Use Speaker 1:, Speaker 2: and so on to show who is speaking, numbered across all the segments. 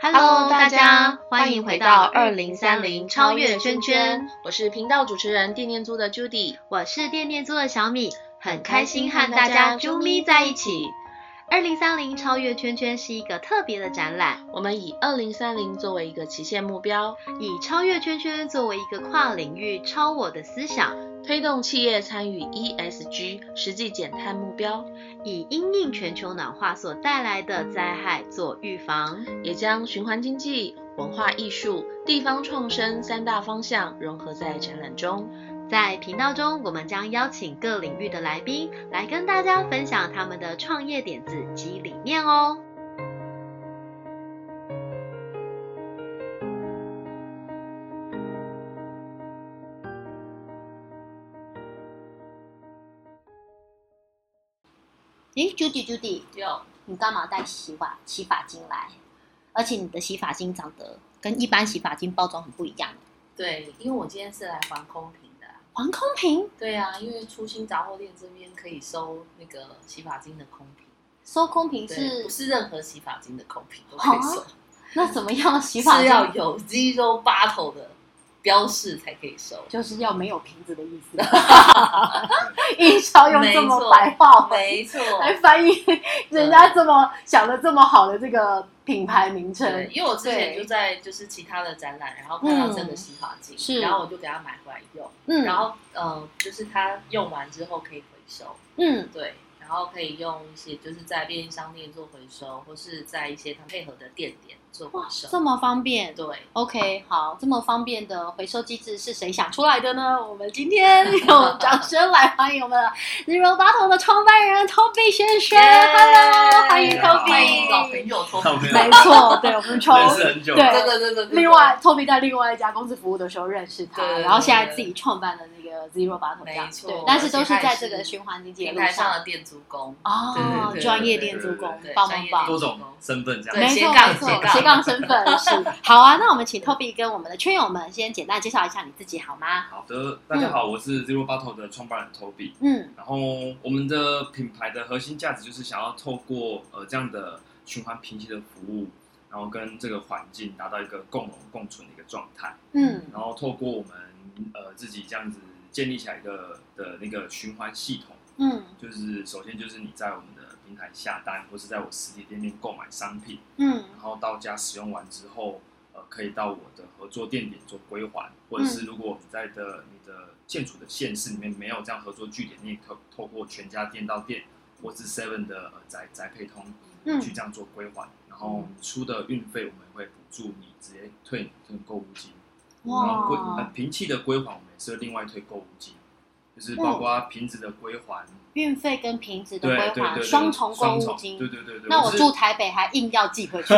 Speaker 1: Hello，大家欢迎回到二零三零超越圈圈，，
Speaker 2: 我是频道主持人电念猪的 Judy。
Speaker 1: 我是电电猪的小米，很开心和大家啾咪在一起。二零三零超越圈圈是一个特别的展览，
Speaker 2: 我们以二零三零作为一个期限目标，
Speaker 1: 以超越圈圈作为一个跨领域超我的思想，
Speaker 2: 推动企业参与 ESG 实际减碳目标，
Speaker 1: 以因应全球暖化所带来的灾害做预防。
Speaker 2: 也将循环经济、文化艺术、地方创生三大方向融合在展览中。
Speaker 1: 在频道中，我们将邀请各领域的来宾来跟大家分享他们的创业点子及理念哦。
Speaker 3: 诶 j u d y Judy，
Speaker 2: 有
Speaker 3: 你干嘛带洗发洗发精来？而且你的洗发精长得跟一般洗发精包装很不一样，
Speaker 2: 对，因为我今天是来还空瓶的。
Speaker 3: 黄空瓶
Speaker 2: 对啊，因为初心杂货店这边可以收那个洗发精的空瓶，
Speaker 3: 收空瓶
Speaker 2: 对
Speaker 3: 是
Speaker 2: 不是哦任何洗发精的空瓶都可以收。
Speaker 3: 那怎么样？洗发
Speaker 2: 是要
Speaker 3: 精
Speaker 2: 有 zero bottle 的标示才可以收。
Speaker 3: 就是要没有瓶子的意思。 营销用这么白话文
Speaker 2: 没错，
Speaker 3: 来翻译人家这么想的这么好的这个品牌名
Speaker 2: 对，
Speaker 3: 称，
Speaker 2: 因为我之前
Speaker 3: 对
Speaker 2: 就在就是其他的展览，然后看到这个洗发精，
Speaker 3: 嗯是
Speaker 2: 然后我就给他买回来用，
Speaker 3: 嗯，
Speaker 2: 然后呃，就是它用完之后可以回收，
Speaker 3: 嗯
Speaker 2: 对。然后可以用一些，就是在便利商店做回收，或是在一些它配合的店点做回
Speaker 3: 哇，
Speaker 2: 收。
Speaker 3: 这么方便，
Speaker 2: 对，
Speaker 3: OK，好，这么方便的回收机制是谁想出来的呢？我们 今天用掌声来欢迎我们的 Zero Bottle 的创办人 Toby 先生
Speaker 2: Hello，
Speaker 3: ，Hello，欢迎
Speaker 2: 欢迎老
Speaker 3: Toby。
Speaker 2: 朋友
Speaker 4: 好朋
Speaker 2: Toby，
Speaker 4: 友
Speaker 3: 没错，对我们从
Speaker 4: 认识很久，
Speaker 3: 对
Speaker 2: 对对对对对，
Speaker 3: 另外 Toby 在另外一家公司服务的时候认识他
Speaker 2: 对对，对
Speaker 3: 然后现在自己创办了那个 Zero Bottle，这样
Speaker 2: 没错
Speaker 3: 对，但是都是在这
Speaker 2: 而且还是
Speaker 3: 个循环经济的
Speaker 2: 平
Speaker 3: 路
Speaker 2: 台上的店主工，
Speaker 3: 哦
Speaker 2: 对对对对，
Speaker 3: 专业店主工
Speaker 2: 对，
Speaker 3: 棒
Speaker 2: 专
Speaker 3: 棒
Speaker 2: 业
Speaker 3: 棒
Speaker 2: 店主。
Speaker 4: 多种身份这
Speaker 2: 对
Speaker 3: 没
Speaker 4: 样。
Speaker 3: 错
Speaker 2: 斜杠
Speaker 3: 没错
Speaker 2: 斜杠
Speaker 3: 斜杠 身份是好啊。那我们请 Toby 跟我们的圈友们先简单介绍一下你自己好吗？
Speaker 4: 好的，大家好，我是 Zero Bottle 的创办人 Toby。
Speaker 3: 嗯
Speaker 4: 然后我们的品牌的核心价值就是想要透过呃这样的循环平息的服务，然后跟这个环境达到一个共荣共存的一个状态。
Speaker 3: 嗯
Speaker 4: 然后透过我们呃自己这样子建立起来一个的那个循环系统，
Speaker 3: 嗯
Speaker 4: 就是首先就是你在我们的平台下单，或是在我实体店面购买商品，
Speaker 3: 嗯
Speaker 4: 然后到家使用完之后，呃，可以到我的合作店点做归还，或者
Speaker 3: 嗯
Speaker 4: 是如果你在的你的建处的县市里面没有这样合作据点，你也透透过全家店到店或是 Seven 的呃宅宅配通
Speaker 3: 嗯
Speaker 4: 去这样做归还，然后你出的运费我们也会补助你，直接退你这个购物金，然后归呃
Speaker 3: 哇，
Speaker 4: 平替的归还我们也是会另外退购物金，就是包括瓶子的归还，
Speaker 3: 运费跟嗯瓶子的
Speaker 4: 对对
Speaker 3: 归
Speaker 4: 对
Speaker 3: 还，
Speaker 4: 对，
Speaker 3: 双重购物
Speaker 4: 对
Speaker 3: 金。
Speaker 4: 对对对。
Speaker 3: 那我
Speaker 4: 是
Speaker 3: 住台北还硬要寄 回去，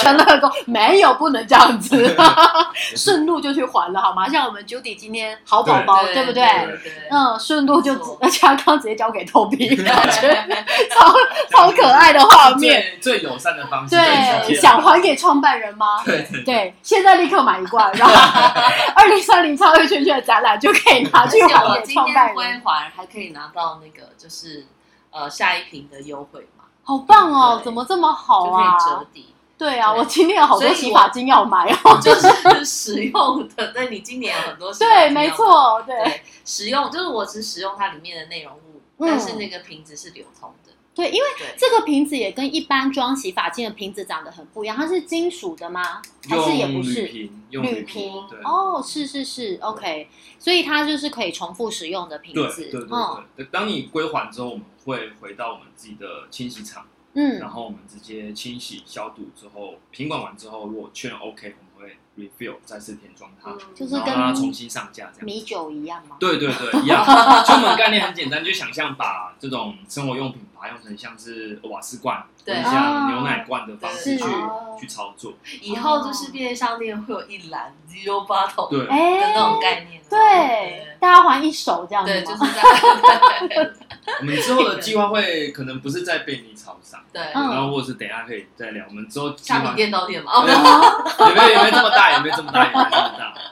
Speaker 3: 全乐 公没有不能这样 子，
Speaker 4: 我是
Speaker 3: 顺路就去还了好吗？像我们 Judy 今天好宝宝，对不对？
Speaker 2: 对
Speaker 3: 嗯，顺路就
Speaker 2: 没错
Speaker 3: 而且他刚直接 交给 Toby，感觉
Speaker 2: 对，
Speaker 3: 超超可爱的画面。
Speaker 4: 最最友善的方式，最直
Speaker 3: 对，
Speaker 4: 接
Speaker 3: 想还给创办人吗？
Speaker 4: 对对
Speaker 3: 对，现在立刻买一罐， 然后二零三零超越圈圈的展览就可以拿
Speaker 2: 而
Speaker 3: 去
Speaker 2: 且我
Speaker 3: 还给
Speaker 2: 今
Speaker 3: 创
Speaker 2: 天
Speaker 3: 办
Speaker 2: 归
Speaker 3: 人，
Speaker 2: 还还可以拿到那个就是呃下一瓶的优惠嘛，
Speaker 3: 好棒哦！
Speaker 2: 对
Speaker 3: 怎么这么好
Speaker 2: 就可以折
Speaker 3: 啊？
Speaker 2: 抵，
Speaker 3: 对啊，
Speaker 2: 对
Speaker 3: 我今天有好多
Speaker 2: 所以
Speaker 3: 洗
Speaker 2: 我
Speaker 3: 发精要买 哦。
Speaker 2: 就是使用的。对，你今年有很多洗发
Speaker 3: 对，
Speaker 2: 精
Speaker 3: 没
Speaker 2: 要买，
Speaker 3: 错，对
Speaker 2: 对，使用就是我只使用它里面的内容物，
Speaker 3: 嗯
Speaker 2: 但是那个瓶子是流通的。
Speaker 3: 对，因为
Speaker 2: 对，
Speaker 3: 这个瓶子也跟一般装洗发精的瓶子长得很不一样，它是金属的吗？还是也不
Speaker 4: 用铝
Speaker 3: 是？
Speaker 4: 瓶，用
Speaker 3: 铝
Speaker 4: 瓶
Speaker 3: 瓶
Speaker 4: 对
Speaker 3: 哦，是是是，OK，所以它就是可以重复使用的瓶
Speaker 4: 对
Speaker 3: 子
Speaker 4: 对对。
Speaker 3: 嗯
Speaker 4: 对对。当你归还之后，我们会回到我们自己的清洗厂，然
Speaker 3: 嗯，
Speaker 4: 后我们直接清洗消毒之后，品管完之后，如果确认 OK，我们会 refill 再次填装它，
Speaker 3: 嗯就是
Speaker 4: 然后
Speaker 3: 跟
Speaker 4: 让它重新上架这样。
Speaker 3: 米酒一样吗？
Speaker 4: 对对对，一 样。就我们概念很简单，就想象把这种生活用品把它用成像是瓦斯罐，或
Speaker 2: 对
Speaker 4: 者
Speaker 3: 哦
Speaker 4: 像牛奶罐的方式
Speaker 3: 是
Speaker 4: 去
Speaker 3: 哦
Speaker 4: 去操作。
Speaker 2: 以后就是便利商店会有一栏 zero bottle 的
Speaker 4: 对，
Speaker 3: 哎，
Speaker 2: 那种概念。
Speaker 3: 对，大家还一手这样子
Speaker 2: 对，对就
Speaker 3: 吗？
Speaker 2: 是在
Speaker 4: 我们之 后的计划会可能不是在便利超商，
Speaker 2: 对，
Speaker 3: 嗯
Speaker 4: 然后或者是等一下可以再聊。我们之后计
Speaker 2: 像
Speaker 4: 划
Speaker 2: 你电到店嘛，
Speaker 4: 对啊
Speaker 2: 哦，
Speaker 4: 也没有也没这么大，也没这么大，也没这么大。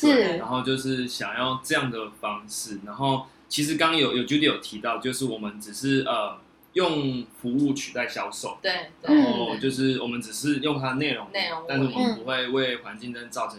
Speaker 4: 对
Speaker 3: 是
Speaker 4: 然后就是想要这样的方式。然后其实刚刚有有 Judy 有提到，就是我们只是呃用服务取代销售，
Speaker 2: 对对
Speaker 3: 嗯
Speaker 4: 然后就是我们只是用它的内容，
Speaker 2: 嗯内容
Speaker 4: 哦
Speaker 2: 嗯
Speaker 4: 但是我们不会为环境灯造成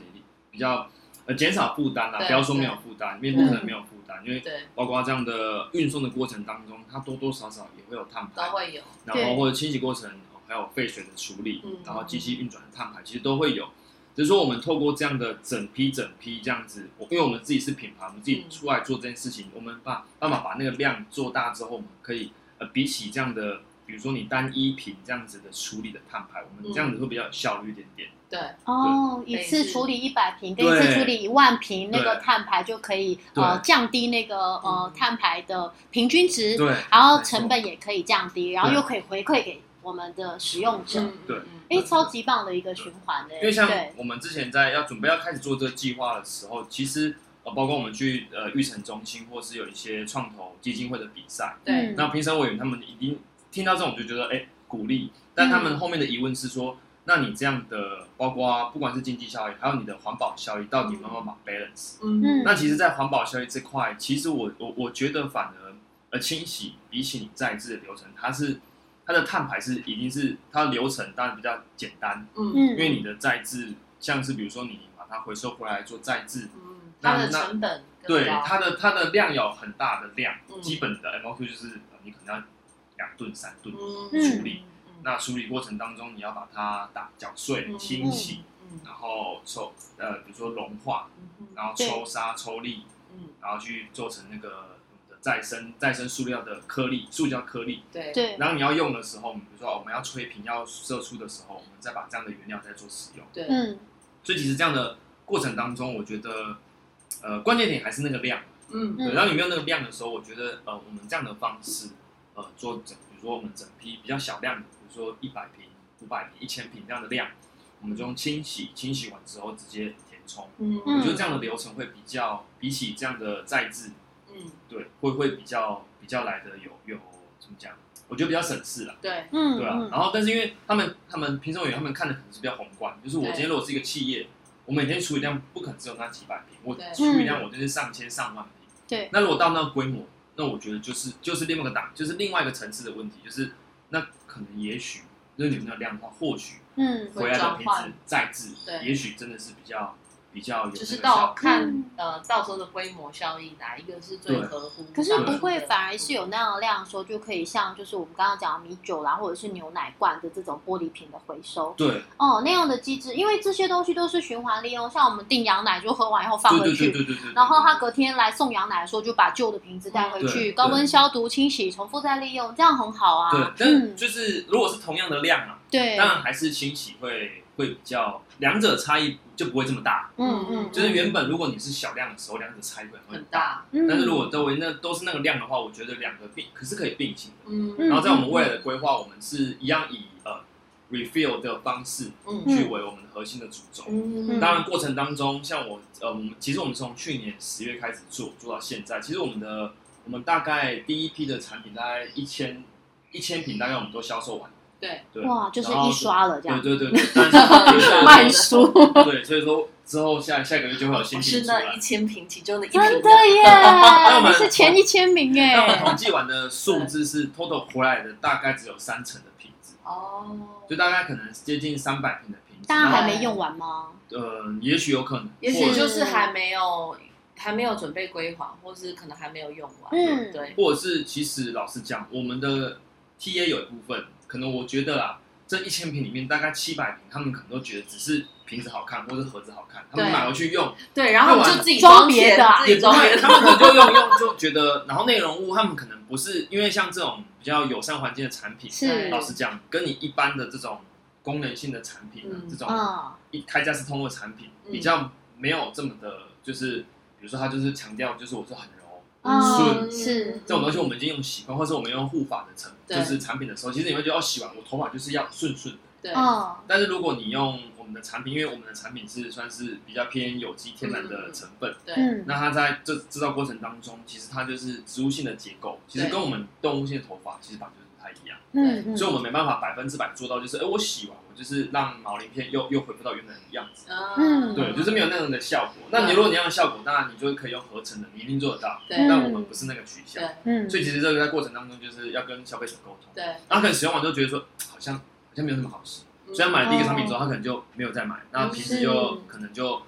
Speaker 4: 比较呃减少负担啦，
Speaker 2: 对嗯
Speaker 4: 不要说没有负担，因为不可能没有负担，因为
Speaker 2: 对，
Speaker 4: 包括这样的运送的过程当中，它多多少少也会有碳
Speaker 2: 都
Speaker 4: 排，
Speaker 2: 会有，
Speaker 4: 然后或者清洗过程哦还有废水的处理
Speaker 2: 嗯，
Speaker 4: 然后机器运转的碳排其实都会有。只是说我们透过这样的整批整批这样子，我因为我们自己是品牌，我们自己
Speaker 2: 嗯
Speaker 4: 出来做这件事情，我们把办法把那个量做大之后，我们可以呃比起这样的，比如说你单一瓶这样子的处理的碳排，我们这样子会比
Speaker 2: 嗯
Speaker 4: 较有效率一点点。
Speaker 2: 对
Speaker 3: 哦，一
Speaker 2: 类
Speaker 3: 次
Speaker 2: 似
Speaker 3: 处理一百瓶，跟
Speaker 4: 对
Speaker 3: 一次处理一万瓶，那个
Speaker 4: 对
Speaker 3: 碳排就可以呃
Speaker 4: 对
Speaker 3: 降低那个呃
Speaker 2: 嗯
Speaker 3: 碳排的平均值，
Speaker 4: 对，
Speaker 3: 然后
Speaker 4: 没错
Speaker 3: 成本也可以降低，然后又可以回馈给我们的使用者。
Speaker 2: 嗯
Speaker 4: 对
Speaker 2: 嗯
Speaker 3: 哎，超级棒的一个循环哎，
Speaker 4: 因为像
Speaker 3: 对，
Speaker 4: 我们之前在要准备要开始做这个计划的时候，其实呃，包括我们去呃育成中心，或是有一些创投基金会的比赛，
Speaker 2: 对
Speaker 3: 嗯
Speaker 4: 那评审委员他们一定听到这种就觉得哎、鼓励，但他
Speaker 3: 嗯
Speaker 4: 们后面的疑问是说，那你这样的包括不管是经济效益，还有你的环保效益，到底有没有办法 balance？、
Speaker 2: 嗯
Speaker 4: 那其实，在环保效益这块，其实我我我觉得反而呃清洗比起你再制的流程，它是它的碳排是一定是它的流程当然比较简单，
Speaker 2: 嗯
Speaker 3: 嗯，
Speaker 4: 因为你的再制，像是比如说你把它回收回来做再制，
Speaker 2: 嗯，它的成本
Speaker 4: 对
Speaker 2: 更高
Speaker 4: 它的它的量有很大的量，
Speaker 2: 嗯
Speaker 4: 基本的 MOQ 就是呃你可能要两吨三吨，
Speaker 2: 嗯
Speaker 4: 处理，
Speaker 2: 嗯
Speaker 4: 那处理过程当中你要把它打搅碎、
Speaker 2: 嗯
Speaker 4: 清洗，
Speaker 2: 嗯
Speaker 4: 然后抽呃比如说融化，
Speaker 2: 嗯
Speaker 4: 然后抽沙抽粒，
Speaker 2: 嗯
Speaker 4: 然后去做成那个我们的再生再生塑料的颗粒，塑胶颗粒。
Speaker 2: 对
Speaker 3: 对，
Speaker 4: 然后你要用的时候，比如说我们要吹瓶要射出的时候，我们再把这样的原料再做使用。
Speaker 2: 对
Speaker 3: 嗯
Speaker 4: 所以其实这样的过程当中，我觉得，呃，关键点还是那个量。
Speaker 2: 嗯
Speaker 4: 对，
Speaker 3: 嗯
Speaker 4: 当你没有那个量的时候，我觉得，呃，我们这样的方式，呃，做整，比如说我们整批比较小量的，比如说一百瓶、五百瓶、一千瓶这样的量，我们就用清洗，清洗完之后直接填充。
Speaker 2: 嗯
Speaker 4: 我
Speaker 3: 嗯
Speaker 4: 觉得这样的流程会比较，比起这样的再制，
Speaker 2: 嗯
Speaker 4: 对，会会比较比较来的有有怎么讲？我觉得比较省事啦。
Speaker 2: 对
Speaker 3: 嗯，
Speaker 4: 对啊，
Speaker 3: 嗯
Speaker 4: 然后但是因为他们他们评审委员他们看的可能是比较宏观，就是我
Speaker 2: 对
Speaker 4: 今天如果是一个企业，我每天处理量不可能只有那几百瓶，我
Speaker 2: 对
Speaker 4: 处理量我就是上千上万瓶。
Speaker 3: 嗯对
Speaker 4: 那如果到那个规模，那我觉得就是就是另外一个档，就是另外一个层次的问题，就是那可能也许就是你们的量的话，或许
Speaker 3: 嗯
Speaker 4: 回来的
Speaker 2: 会
Speaker 4: 品
Speaker 2: 转换
Speaker 4: 质再制
Speaker 2: 对，
Speaker 4: 也许真的是比较比较有那
Speaker 2: 就
Speaker 4: 个
Speaker 2: 是
Speaker 4: 效
Speaker 2: 到
Speaker 4: 果。
Speaker 2: 看
Speaker 3: 嗯
Speaker 2: 呃到时候的规模效益哪一个是最
Speaker 4: 对
Speaker 2: 合乎当初的，
Speaker 3: 可是不会，反而是有那样的量说就可以像就是我们刚刚讲的米酒啦，或者是牛奶罐的这种玻璃瓶的回收
Speaker 4: 对
Speaker 3: 哦，那样的机制，因为这些东西都是循环利用，像我们订羊奶就喝完以后放
Speaker 4: 对
Speaker 3: 回
Speaker 4: 对对
Speaker 3: 去，
Speaker 4: 对对对。
Speaker 3: 然后他
Speaker 4: 对
Speaker 3: 隔天来送羊奶的时候就把旧的瓶子带回
Speaker 4: 嗯对
Speaker 3: 去，高温
Speaker 4: 对
Speaker 3: 消毒、清洗、重复再利用，这样很好
Speaker 4: 对
Speaker 3: 啊，。
Speaker 4: 但是
Speaker 3: 嗯
Speaker 4: 就是如果是同样的量啊，
Speaker 3: 对，
Speaker 4: 当然还是清洗会会比较，两者差异就不会这么大。
Speaker 3: 嗯嗯，
Speaker 4: 就是原本如果你是小量的时候，两者差异会很
Speaker 2: 很
Speaker 4: 大。
Speaker 2: 大，
Speaker 3: 嗯，
Speaker 4: 但是如果周围那都是那个量的话，我觉得两个并可是可以并行的。
Speaker 2: 嗯
Speaker 4: 然后在我们未来的规划，我们是一样以呃 refill 的方式
Speaker 2: 嗯
Speaker 4: 去为我们的核心的主轴。
Speaker 2: 嗯
Speaker 4: 当然过程当中，像我呃，我们其实我们从去年十月开始做，做到现在，其实我们的我们大概第一批的产品大概一千一千瓶，大概我们都销售完。
Speaker 2: 对
Speaker 4: 对，
Speaker 3: 哇，就是
Speaker 4: 然后
Speaker 3: 一刷了这样，
Speaker 4: 对对对，对但是
Speaker 3: 卖书，
Speaker 4: 对，所以说之后下下个月就会有
Speaker 2: 我
Speaker 4: 新品
Speaker 2: 哦是
Speaker 4: 出
Speaker 2: 那
Speaker 4: 来
Speaker 2: 一。千瓶其中的一瓶
Speaker 3: 真的
Speaker 2: 的
Speaker 3: 耶
Speaker 4: 我，
Speaker 3: 你
Speaker 4: 们
Speaker 3: 是前一千名
Speaker 4: 那我们
Speaker 3: 哎
Speaker 4: 统，计完的数字是 total 回来的大概只有三成的瓶子，
Speaker 2: 哦，
Speaker 4: 就大概可能接近三百瓶的瓶子。
Speaker 3: 大家还
Speaker 4: 然
Speaker 3: 没用完吗？
Speaker 4: 后呃，也许有可能，
Speaker 2: 也
Speaker 4: 或
Speaker 2: 许
Speaker 4: 者
Speaker 2: 就是还没有还没有准备归还，或是可能还没有用完，
Speaker 3: 嗯
Speaker 2: 对，
Speaker 4: 或者是其实老实讲，我们的 TA 有一部分，可能我觉得啦，这一千瓶里面大概七百瓶，他们可能都觉得只是瓶子好看或者盒子好看，他们
Speaker 2: 对
Speaker 4: 买回去用
Speaker 2: 对，然后
Speaker 4: 用完
Speaker 2: 就自己
Speaker 3: 装
Speaker 2: 装
Speaker 3: 别
Speaker 2: 钱
Speaker 3: 的啊
Speaker 2: 自
Speaker 4: 也
Speaker 2: 己
Speaker 4: 不
Speaker 2: 装
Speaker 4: 会，
Speaker 2: 别的
Speaker 4: 他，们可能就用用就觉得，然后内容物他们可能不是因为像这种比较友善环境的产品，
Speaker 3: 是，
Speaker 4: 老实讲，跟你一般的这种功能性的产品啊，
Speaker 2: 嗯
Speaker 4: 这种
Speaker 3: 嗯，
Speaker 4: 一开价是通过产品，
Speaker 2: 嗯
Speaker 4: 比较没有这么的，就是比如说它就是强调就是我是很柔
Speaker 3: 嗯，
Speaker 4: 顺
Speaker 3: 是，
Speaker 4: 这种东西，我们已经用习惯，或是我们用护发的成
Speaker 2: 对
Speaker 4: 就是产品的时候，其实你会觉得哦，洗完我头发就是要顺顺的。
Speaker 2: 对，
Speaker 3: 嗯，
Speaker 4: 但是如果你用我们的产品，因为我们的产品是算是比较偏有机天然的成分，
Speaker 2: 对，
Speaker 3: 嗯，
Speaker 4: 那它在这制造过程当中，其实它就是植物性的结构，其实
Speaker 2: 对
Speaker 4: 跟我们动物性的头发其实本来就是太一样，
Speaker 3: 嗯嗯，
Speaker 4: 所以我们没办法百分之百做到，就是哎、我洗完我就是让毛鳞片又又恢复到原来的样子，
Speaker 3: 嗯
Speaker 4: 对，就是没有那样的效果。那你如果你要效果，当然你就可以用合成的，你一定做得到。
Speaker 2: 嗯对
Speaker 4: 但我们不是那个取向，
Speaker 2: 对
Speaker 3: 嗯，
Speaker 4: 所以其实这个在过程当中就是要跟消费者沟通，
Speaker 2: 对，
Speaker 4: 那他可能使用完之后觉得说好像好像没有那么好洗，
Speaker 2: 嗯
Speaker 4: 所以他买了第一个商品之后，
Speaker 3: 哦
Speaker 4: 他可能就没有再买，那平时就可能就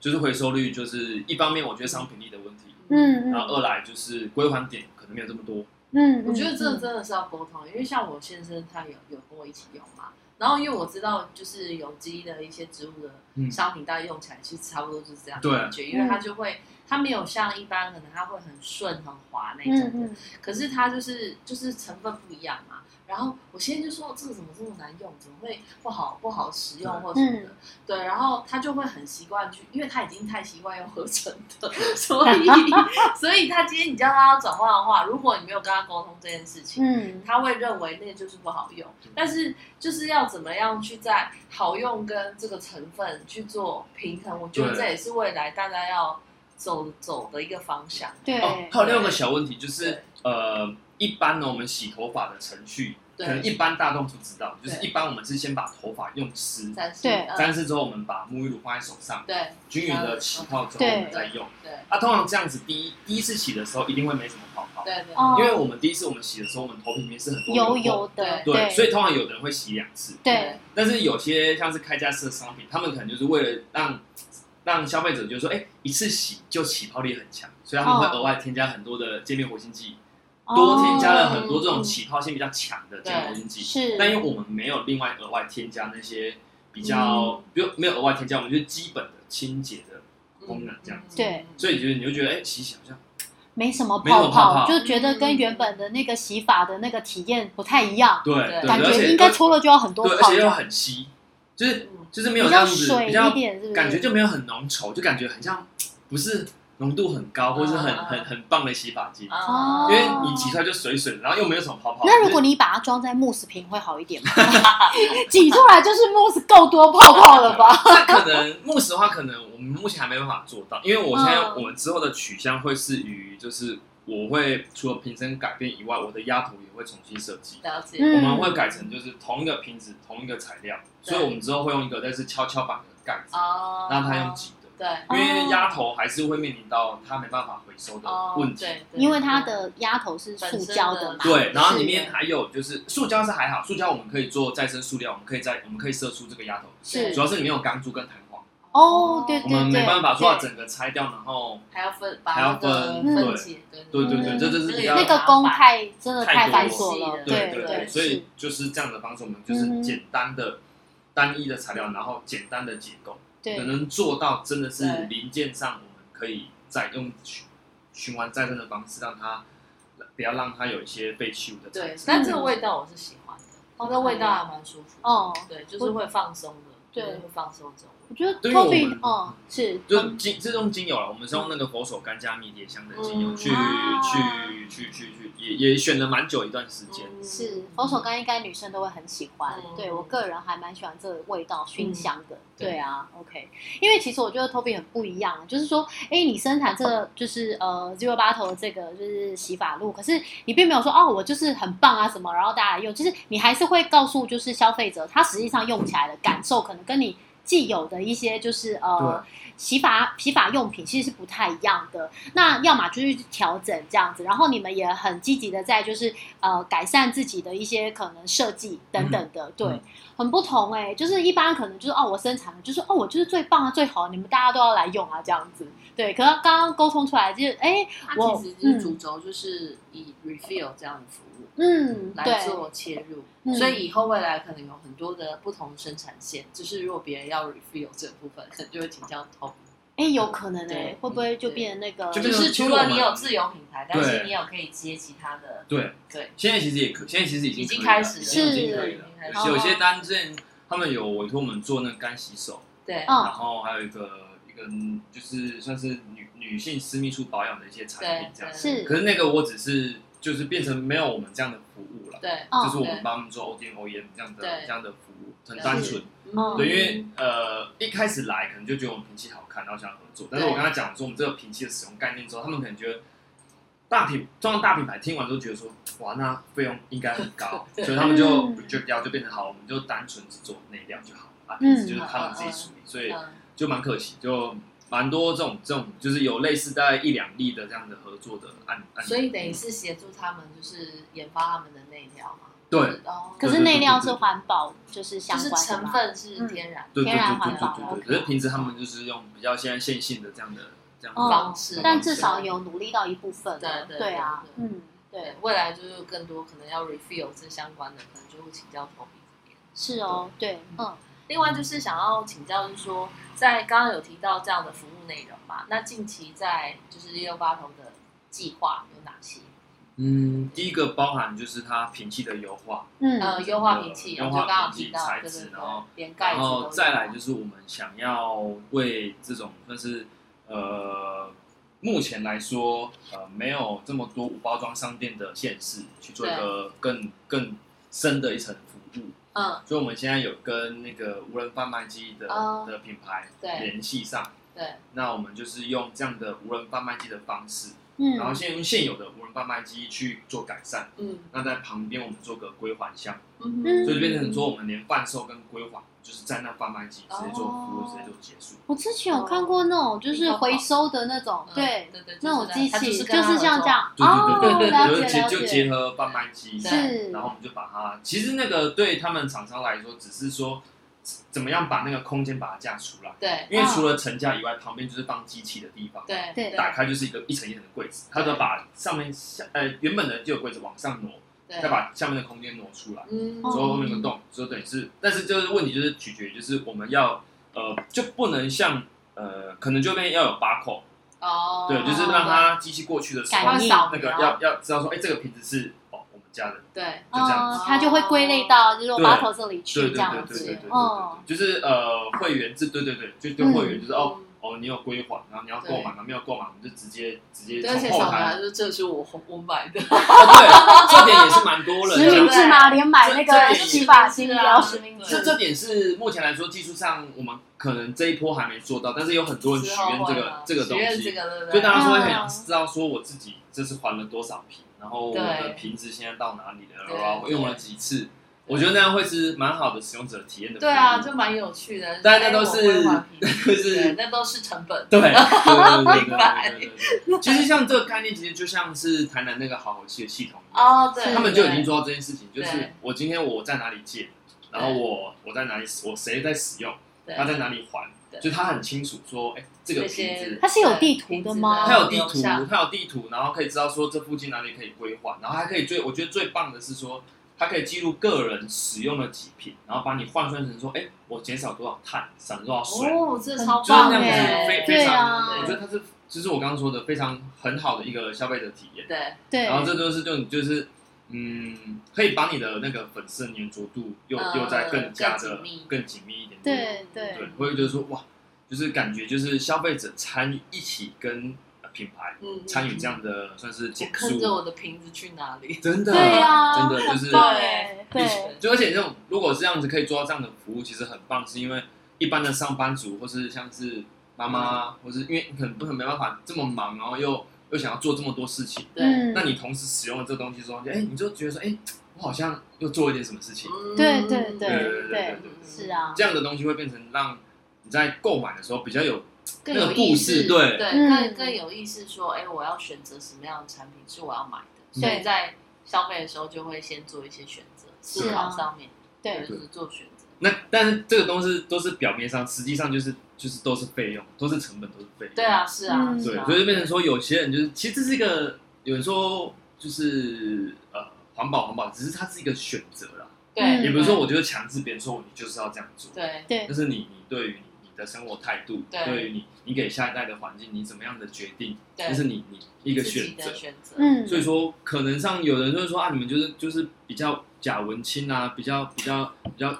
Speaker 4: 就是回收率就是一方面我觉得商品力的问题，
Speaker 3: 嗯
Speaker 4: 然后
Speaker 3: 嗯
Speaker 4: 二来就是归还点可能没有这么多，
Speaker 3: 嗯，
Speaker 2: 我觉得这真的是要沟通，因为像我先生他有有跟我一起用嘛，然后因为我知道就是有机的一些植物的
Speaker 4: 嗯
Speaker 2: 商品，大概用起来其实差不多就是这样的
Speaker 4: 对
Speaker 2: 感觉，因
Speaker 3: 嗯
Speaker 2: 为它就会它没有像一般可能它会很顺很滑那
Speaker 3: 嗯
Speaker 2: 种的，
Speaker 3: 嗯
Speaker 2: 可是它就是就是成分不一样嘛。然后我先生就说这个怎么这么难用，怎么会不好不好使用
Speaker 4: 对
Speaker 2: 或什么
Speaker 3: 嗯
Speaker 2: 的？对，然后他就会很习惯去，因为他已经太习惯用合成的，所以所以他今天你叫他要转换的话，如果你没有跟他沟通这件事情，
Speaker 3: 嗯
Speaker 2: 他会认为那就是不好用。但是就是要怎么样去在好用跟这个成分去做平衡，我觉得
Speaker 4: 对
Speaker 2: 这也是未来大家要走走的一个方向。
Speaker 3: 对
Speaker 4: 哦，还有另外一个小问题就是，呃，一般呢，我们洗头发的程序，
Speaker 2: 对
Speaker 4: 可能一般大众不知道，就是
Speaker 2: 对
Speaker 4: 一般我们是先把头发用湿，
Speaker 2: 三十
Speaker 3: 对
Speaker 2: 嗯
Speaker 4: 沾湿之后，我们把沐浴乳放在手上，
Speaker 2: 对
Speaker 4: 均匀的起泡之后，
Speaker 3: 嗯对
Speaker 4: 我们再用。
Speaker 2: 对
Speaker 4: 啊，通常这样子，第一第一次洗的时候一定会没什么泡泡，
Speaker 2: 对对，
Speaker 3: 哦
Speaker 4: 因为我们第一次我们洗的时候，我们头皮里面是很多
Speaker 3: 油
Speaker 4: 油垢，
Speaker 3: 油的，
Speaker 4: 对，所以通常有的人会洗两次，
Speaker 3: 对，
Speaker 4: 但是有些像是开架式的商品，他们可能就是为了让让消费者就是说，哎、一次洗就起泡力很强，所以他们会额外添加很多的界面活性剂，嗯
Speaker 3: 哦
Speaker 4: 多添加了很多这种起泡性比较强的界面活性剂。
Speaker 3: 是，
Speaker 4: 但因为我们没有另外额外添加那些比较，
Speaker 3: 嗯
Speaker 4: 比如没有额外添加，我们就是基本的清洁的功能这样
Speaker 3: 子对
Speaker 4: 所以就是你就觉得，哎、洗洗好像
Speaker 3: 没什么
Speaker 4: 没什
Speaker 3: 泡
Speaker 4: 么泡嗯泡
Speaker 3: 就觉得跟原本的那个洗发的那个体验不太一样，
Speaker 4: 对
Speaker 2: 对
Speaker 4: 对，
Speaker 3: 感
Speaker 4: 而
Speaker 3: 觉
Speaker 4: 且
Speaker 3: 应该搓了就要很多
Speaker 4: 对，而
Speaker 3: 泡
Speaker 4: 且又
Speaker 3: 泡，
Speaker 4: 很稀，就是
Speaker 2: 嗯
Speaker 4: 就是没有
Speaker 3: 比
Speaker 4: 这
Speaker 3: 较
Speaker 4: 样子
Speaker 3: 水
Speaker 4: 比
Speaker 3: 一
Speaker 4: 较
Speaker 3: 点，是不是？
Speaker 4: 感觉就没有很浓稠，就感觉很像不是浓度很高，或是很
Speaker 2: 啊
Speaker 4: 很很棒的洗发精，
Speaker 2: 啊
Speaker 4: 因为你挤出来就水水的，然后又没有什么泡泡。
Speaker 3: 哦那如果你把它装在慕斯瓶会好一 点吗？挤出来就是慕斯够多泡泡了吧？
Speaker 4: 那可能木石的话，可能我们目前还没办法做到，因为我现在
Speaker 3: 嗯
Speaker 4: 我们之后的取向会是于就是我会除了瓶身改变以外，我的压头也会重新设计。
Speaker 2: 了解，
Speaker 3: 嗯
Speaker 4: 我们会改成就是同一个瓶子、同一个材料，所以我们之后会用一个类似跷跷板的盖子，
Speaker 2: 哦，
Speaker 4: 让它用挤的。
Speaker 2: 对
Speaker 4: 因为鸭头还是会面临到它没办法回收的
Speaker 2: 哦，
Speaker 4: 问题。
Speaker 2: 对，对
Speaker 3: 因为它的压头是塑胶的嘛，
Speaker 4: 对，然后里
Speaker 3: 是
Speaker 4: 面还有就是塑胶是还好，塑胶我们可以做再生塑料，我们可以在我们可以射出这个鸭头，
Speaker 3: 是
Speaker 4: 主要是里面有钢珠跟弹簧，
Speaker 3: 哦对
Speaker 4: 我
Speaker 3: 对
Speaker 4: 们没办法说把整个拆掉，然后
Speaker 2: 还要分，把
Speaker 4: 还要
Speaker 2: 那个
Speaker 4: 分
Speaker 2: 分
Speaker 4: 对
Speaker 2: 解，
Speaker 4: 对
Speaker 2: 对
Speaker 4: 对对，
Speaker 3: 嗯
Speaker 4: 这就是比较
Speaker 3: 那个工太真的太
Speaker 4: 太多
Speaker 3: 繁
Speaker 4: 了
Speaker 3: 琐了，
Speaker 4: 对
Speaker 3: 对
Speaker 4: 对对，所
Speaker 3: 是
Speaker 4: 以就是这样的方式，我们就
Speaker 3: 嗯哼
Speaker 4: 是简单的单一的材料，然后简单的结构，
Speaker 3: 对
Speaker 4: 可能做到真的是
Speaker 2: 对
Speaker 4: 零件上，我们可以再用循循环再生的方式，让它不要让它有一些废弃物的
Speaker 2: 对
Speaker 4: 产，生。
Speaker 2: 但这个味道我是喜欢的，哦，那味道还蛮舒服，，
Speaker 3: 哦，
Speaker 2: 对，就是会放松的，
Speaker 3: 对
Speaker 2: 就是会放松这种味
Speaker 3: 我觉得
Speaker 4: 对因为我
Speaker 3: Toby
Speaker 4: 们
Speaker 3: 哦是
Speaker 4: 就是精是用精油啊了，我们是用那个佛手柑加迷迭香的精油
Speaker 2: 嗯
Speaker 4: 去、
Speaker 3: 啊
Speaker 4: 去去去去，也也选了蛮久一段时间。
Speaker 2: 道，
Speaker 3: 是佛手柑应该女生都会很喜欢，
Speaker 2: 嗯
Speaker 3: 对我个人还蛮喜欢这个味道，熏香的。
Speaker 4: 对
Speaker 3: 对啊，OK，因为其实我觉得 Toby 很不一样，就是说，哎，你生产这个就是呃 Zero 八头这个就是洗发露，可是你并没有说哦，我就是很棒啊什么，然后大家用，就是你还是会告诉就是消费者，他实际上用起来的感受，可能跟你既有的一些就是呃洗发洗发用品其实是不太一样的。那要么就是去调整这样子，然后你们也很积极的在就是呃改善自己的一些可能设计等等的，对，
Speaker 4: 嗯
Speaker 3: 很不同哎、就是一般可能就是哦我生产了，就是哦我就是最棒啊最好，你们大家都要来用啊这样子，对。可是刚刚沟通出来就是哎
Speaker 2: 它
Speaker 3: 我
Speaker 2: 其实就是主轴就是以 refill 这样的服务
Speaker 3: 嗯
Speaker 2: 来
Speaker 3: 对
Speaker 2: 做切入，
Speaker 3: 嗯
Speaker 2: 所以以后未来可能有很多的不同生产线，就是如果别人要 refill 这部分，可能就会请教 Tom。
Speaker 3: 哎有可能
Speaker 2: 嗯
Speaker 3: 哎、
Speaker 2: 对嗯
Speaker 3: 会不会就变那个
Speaker 4: 就
Speaker 2: 就
Speaker 4: 变
Speaker 2: 是
Speaker 4: 成
Speaker 2: 除了你有自有品牌，但是
Speaker 4: 对
Speaker 2: 你也有可以接其他的，
Speaker 4: 对，
Speaker 2: 对，
Speaker 4: 现在其实也可，现在其实已经
Speaker 2: 已经
Speaker 4: 可以
Speaker 2: 开始了
Speaker 4: 已经已
Speaker 3: 是
Speaker 4: 经可以了
Speaker 2: 已经开。哦
Speaker 3: 始
Speaker 4: 有有些单之前他们有委托我们做那个干洗手，
Speaker 2: 对，哦
Speaker 3: 嗯
Speaker 4: 然后还有一个一个就是算是女女性私密处保养的一些产
Speaker 2: 对
Speaker 4: 品，这样。
Speaker 3: 是
Speaker 4: 可是那个我只是就是变成没有我们这样的服务了，
Speaker 2: 对，
Speaker 3: 哦
Speaker 4: 就是我们帮他们做 ODM OEM E 这样的
Speaker 2: 对
Speaker 4: 这样的服务，很单纯。
Speaker 3: 嗯
Speaker 4: 对，因为呃一开始来可能就觉得我们瓶器好看，然后想要合作，但是我跟他讲说我们这个瓶器的使用概念之后，他们可能觉得。大品通常大品牌听完都觉得说，哇，那费用应该很高，所以他们就
Speaker 3: 嗯
Speaker 4: reject 掉，就变成好，我们就单纯只做内料就好，啊，品质就是他们自己处理，所以
Speaker 2: 嗯
Speaker 4: 就蛮可惜，就蛮多这种这种就是有类似大概一两例的这样的合作的案案例，
Speaker 2: 所以等于是协助他们，就是研发他们的内料嘛。
Speaker 4: 对，
Speaker 2: 哦，
Speaker 3: 可是内料是环保，就是相
Speaker 2: 就是
Speaker 3: 关的
Speaker 2: 成
Speaker 3: 嘛。
Speaker 2: 分是天然
Speaker 4: 对对对
Speaker 3: 天然
Speaker 4: 对
Speaker 3: 环保
Speaker 4: 对对对，
Speaker 3: OK
Speaker 4: 可是平时他们就是用比较现在线性的这样的这样的
Speaker 3: 哦
Speaker 2: 方式，
Speaker 3: 但至少有努力到一部分了，
Speaker 2: 对对
Speaker 3: 对啊，
Speaker 2: 对
Speaker 3: 嗯，对
Speaker 2: 对，未来就是更多可能要 refill 这相关的，可能就会请教 Toby 这边。
Speaker 3: 是哦，对，嗯，
Speaker 2: 另外就是想要请教，就是说，在刚刚有提到这样的服务内容嘛，那近期在就是六八头的计划有哪些？
Speaker 4: 嗯，第一个包含就是它品系的优化，
Speaker 3: 嗯，
Speaker 2: 呃，优化脾气，我
Speaker 4: 优
Speaker 2: 们
Speaker 4: 化
Speaker 2: 就刚刚有
Speaker 4: 脾气
Speaker 2: 提到，
Speaker 4: 材
Speaker 2: 对
Speaker 4: 质
Speaker 2: 对对
Speaker 4: 然后，
Speaker 2: 连盖
Speaker 4: 然
Speaker 2: 子都有
Speaker 4: 后再来就是我们想要为这种算是呃目前来说呃没有这么多无包装商店的县市去做一个更更深的一层服务，
Speaker 2: 嗯，
Speaker 4: 所以我们现在有跟那个无人贩卖机的、
Speaker 2: 哦
Speaker 4: 的品牌
Speaker 2: 对
Speaker 4: 联系上，
Speaker 2: 对，
Speaker 4: 那我们就是用这样的无人贩卖机的方式，
Speaker 3: 嗯，
Speaker 4: 然后先用现有的无人贩卖机去做改善，
Speaker 2: 嗯
Speaker 4: 那在旁边我们做个归还箱。
Speaker 2: 嗯
Speaker 3: 嗯
Speaker 4: 所以就变成说，我们连贩售跟归还，就是在那贩卖机直接做服务，
Speaker 2: 哦
Speaker 4: 直接做结束。
Speaker 3: 我之前有看过那种就是回收的那种，
Speaker 2: 嗯
Speaker 3: 对，
Speaker 2: 对对，
Speaker 3: 那种机
Speaker 2: 它
Speaker 3: 器
Speaker 2: 是跟他合作
Speaker 3: 像这，样，
Speaker 4: 对对对
Speaker 3: 哦，了
Speaker 4: 对，
Speaker 3: 解
Speaker 4: 就结
Speaker 3: 了
Speaker 4: 就
Speaker 3: 解，
Speaker 4: 结合贩卖机，
Speaker 3: 是
Speaker 4: 然后我们就把它，其实那个对他们厂商来说，只是说怎么样把那个空间把它架出来，
Speaker 2: 对
Speaker 4: 因为除了层架以外，旁边就是放机器的地方。
Speaker 2: 对
Speaker 3: 啊对
Speaker 4: 打开就是一个一层一层的柜子，它就把上面下呃原本的就有柜子往上挪，
Speaker 2: 对，
Speaker 4: 再把下面的空间挪出来。
Speaker 2: 嗯
Speaker 4: 之后后哦面有个洞，之后等于是，但是就是问题就是取决于就是我们要呃就不能像呃可能就边要有把口，
Speaker 2: 哦，
Speaker 4: 对，就是让它机器过去的时候
Speaker 3: 感，应
Speaker 2: 扫
Speaker 4: 那个
Speaker 2: 描
Speaker 4: 要要知道说，哎，这个瓶子是哦我们家的，
Speaker 2: 对
Speaker 4: 就这样
Speaker 3: 嗯
Speaker 2: 哦
Speaker 4: 子。
Speaker 3: 它就会归类到就是
Speaker 4: 对
Speaker 3: 八头这里
Speaker 4: 对
Speaker 3: 去
Speaker 4: 对
Speaker 3: 这
Speaker 4: 对
Speaker 3: 样
Speaker 4: 对对对
Speaker 3: 子
Speaker 4: 对，
Speaker 2: 哦
Speaker 3: 嗯，
Speaker 4: 对，就是呃会员制，对对对，就对会员就是哦
Speaker 2: 嗯
Speaker 4: 哦你有归还，然后你要购买嘛，没有购买我们就直接直接
Speaker 2: 对，而且
Speaker 4: 从后
Speaker 2: 小
Speaker 4: 台
Speaker 2: 白，就是这是我我买的，
Speaker 4: 哦对，这点也是 蛮多人
Speaker 3: 实
Speaker 4: 的
Speaker 3: 名制嘛，连买那
Speaker 4: 这
Speaker 3: 个
Speaker 4: 这
Speaker 3: 洗发精
Speaker 2: 啊
Speaker 4: 啊
Speaker 3: 也要实名
Speaker 4: 这
Speaker 3: 制，
Speaker 4: 这点是目前来说技术上我们可能这一波还没做到，但是有很多人许愿这个这个
Speaker 2: 许
Speaker 4: 东
Speaker 2: 愿这
Speaker 4: 西，
Speaker 2: 个对不对？
Speaker 4: 所以大家说会很想
Speaker 3: 嗯
Speaker 4: 知道说我自己这次还了多少瓶，然后我
Speaker 2: 对
Speaker 4: 的瓶子现在到哪里了，
Speaker 2: 对
Speaker 4: 然后我用了几次，我觉得那样会是蛮好的使用者体验的服务。
Speaker 2: 对啊，就蛮有趣的。
Speaker 4: 大家都是
Speaker 2: 哎我会玩皮
Speaker 4: 就
Speaker 2: 对，
Speaker 4: 是
Speaker 2: 那都是成本。
Speaker 4: 对对对对对
Speaker 2: 明白
Speaker 4: 对对对。其实像这个概念，其实就像是台南那个好好气的系统一样，
Speaker 2: 哦，对，
Speaker 4: 他们就已经
Speaker 2: 做
Speaker 4: 做到这件事情，就是
Speaker 2: 对
Speaker 4: 我今天我在哪里借，然后
Speaker 2: 对
Speaker 4: 我我在哪里我谁在使用。
Speaker 2: 对
Speaker 4: 他在哪里还
Speaker 2: 对，
Speaker 4: 就他很清楚说，哎、这个
Speaker 2: 这
Speaker 4: 瓶
Speaker 2: 些
Speaker 4: 子，
Speaker 3: 它是有地图的吗
Speaker 4: 他有地图，
Speaker 2: 留下
Speaker 4: 他有地图，然后可以知道说这附近哪里可以规划，然后还可以最，我觉得最棒的是说，它可以记录个人使用了几瓶，然后把你换算成说，哎、我减少多少碳，少多少水，
Speaker 2: 哦，这超
Speaker 4: 就是
Speaker 2: 棒
Speaker 4: 那样
Speaker 2: 哎
Speaker 4: 子非非
Speaker 3: 对
Speaker 4: 常，
Speaker 3: 啊
Speaker 4: 我觉得它是，就是我刚刚说的非常很好的一个消费者体验，
Speaker 2: 对
Speaker 3: 对，
Speaker 4: 然后这就是就就是。嗯，可以把你的那个粉丝的粘着度又、又再更加
Speaker 2: 嗯
Speaker 4: 的
Speaker 2: 更紧密
Speaker 4: 更紧密一点点，
Speaker 3: 对对
Speaker 4: 对，我也觉得说哇，就是感觉就是消费者参与一起跟呃品牌
Speaker 2: 嗯，
Speaker 4: 参与这样的算是
Speaker 2: 我
Speaker 4: 减
Speaker 2: 看着
Speaker 4: 速，
Speaker 2: 我的瓶子去哪里？
Speaker 4: 真的，
Speaker 3: 对啊
Speaker 4: 真的就是
Speaker 3: 棒
Speaker 2: 欸
Speaker 3: 哎
Speaker 4: 一
Speaker 3: 对
Speaker 4: 起，就而且这种如果是这样子可以做到这样的服务，其实很棒，是因为一般的上班族或是像是妈妈，
Speaker 2: 嗯
Speaker 4: 或是因为你可能不可能没办法这么忙，然后又又想要做这么多事情，
Speaker 2: 对，
Speaker 3: 嗯
Speaker 4: 那你同时使用了这个东西之后，哎、你就觉得说，哎、我好像又做了一点什么事情，
Speaker 2: 嗯
Speaker 3: 对
Speaker 4: 对
Speaker 3: 对对
Speaker 4: 对对
Speaker 3: 对
Speaker 4: 对对，
Speaker 3: 是啊，
Speaker 4: 这样的东西会变成让你在购买的时候比较有
Speaker 2: 更
Speaker 4: 那
Speaker 2: 有
Speaker 4: 个
Speaker 2: 意
Speaker 4: 故
Speaker 2: 识，
Speaker 4: 事对
Speaker 2: 对，更
Speaker 3: 嗯
Speaker 2: 更有意识说，哎，我要选择什么样的产品是我要买的，
Speaker 4: 嗯
Speaker 2: 所以在消费的时候就会先做一些选择，思
Speaker 3: 是啊
Speaker 2: 考上面，
Speaker 3: 对
Speaker 2: 就是做选择。
Speaker 4: 那但是这个东西都是表面上，实际上就是就是都是费用，都是成本，都是费用。
Speaker 2: 对，啊，是啊，
Speaker 3: 嗯
Speaker 4: 对
Speaker 2: 是，啊
Speaker 4: 所以就变成说，有些人就是其实这是一个有人说就是呃环保环保，只是它是一个选择啦，
Speaker 2: 对，
Speaker 4: 也不是说我就是强制别人说你就是要这样做，
Speaker 2: 嗯对
Speaker 3: 对
Speaker 4: 但是你你对于你的生活态度，
Speaker 2: 对
Speaker 4: 对于你你给下一代的环境，你怎么样的决定，
Speaker 2: 对
Speaker 4: 这是你你一个
Speaker 2: 自己
Speaker 4: 选
Speaker 2: 的
Speaker 4: 择。
Speaker 2: 选择，
Speaker 3: 嗯，
Speaker 4: 所以说，可能上有人就会说啊，你们就是就是比较假文青啊，比较比较比较，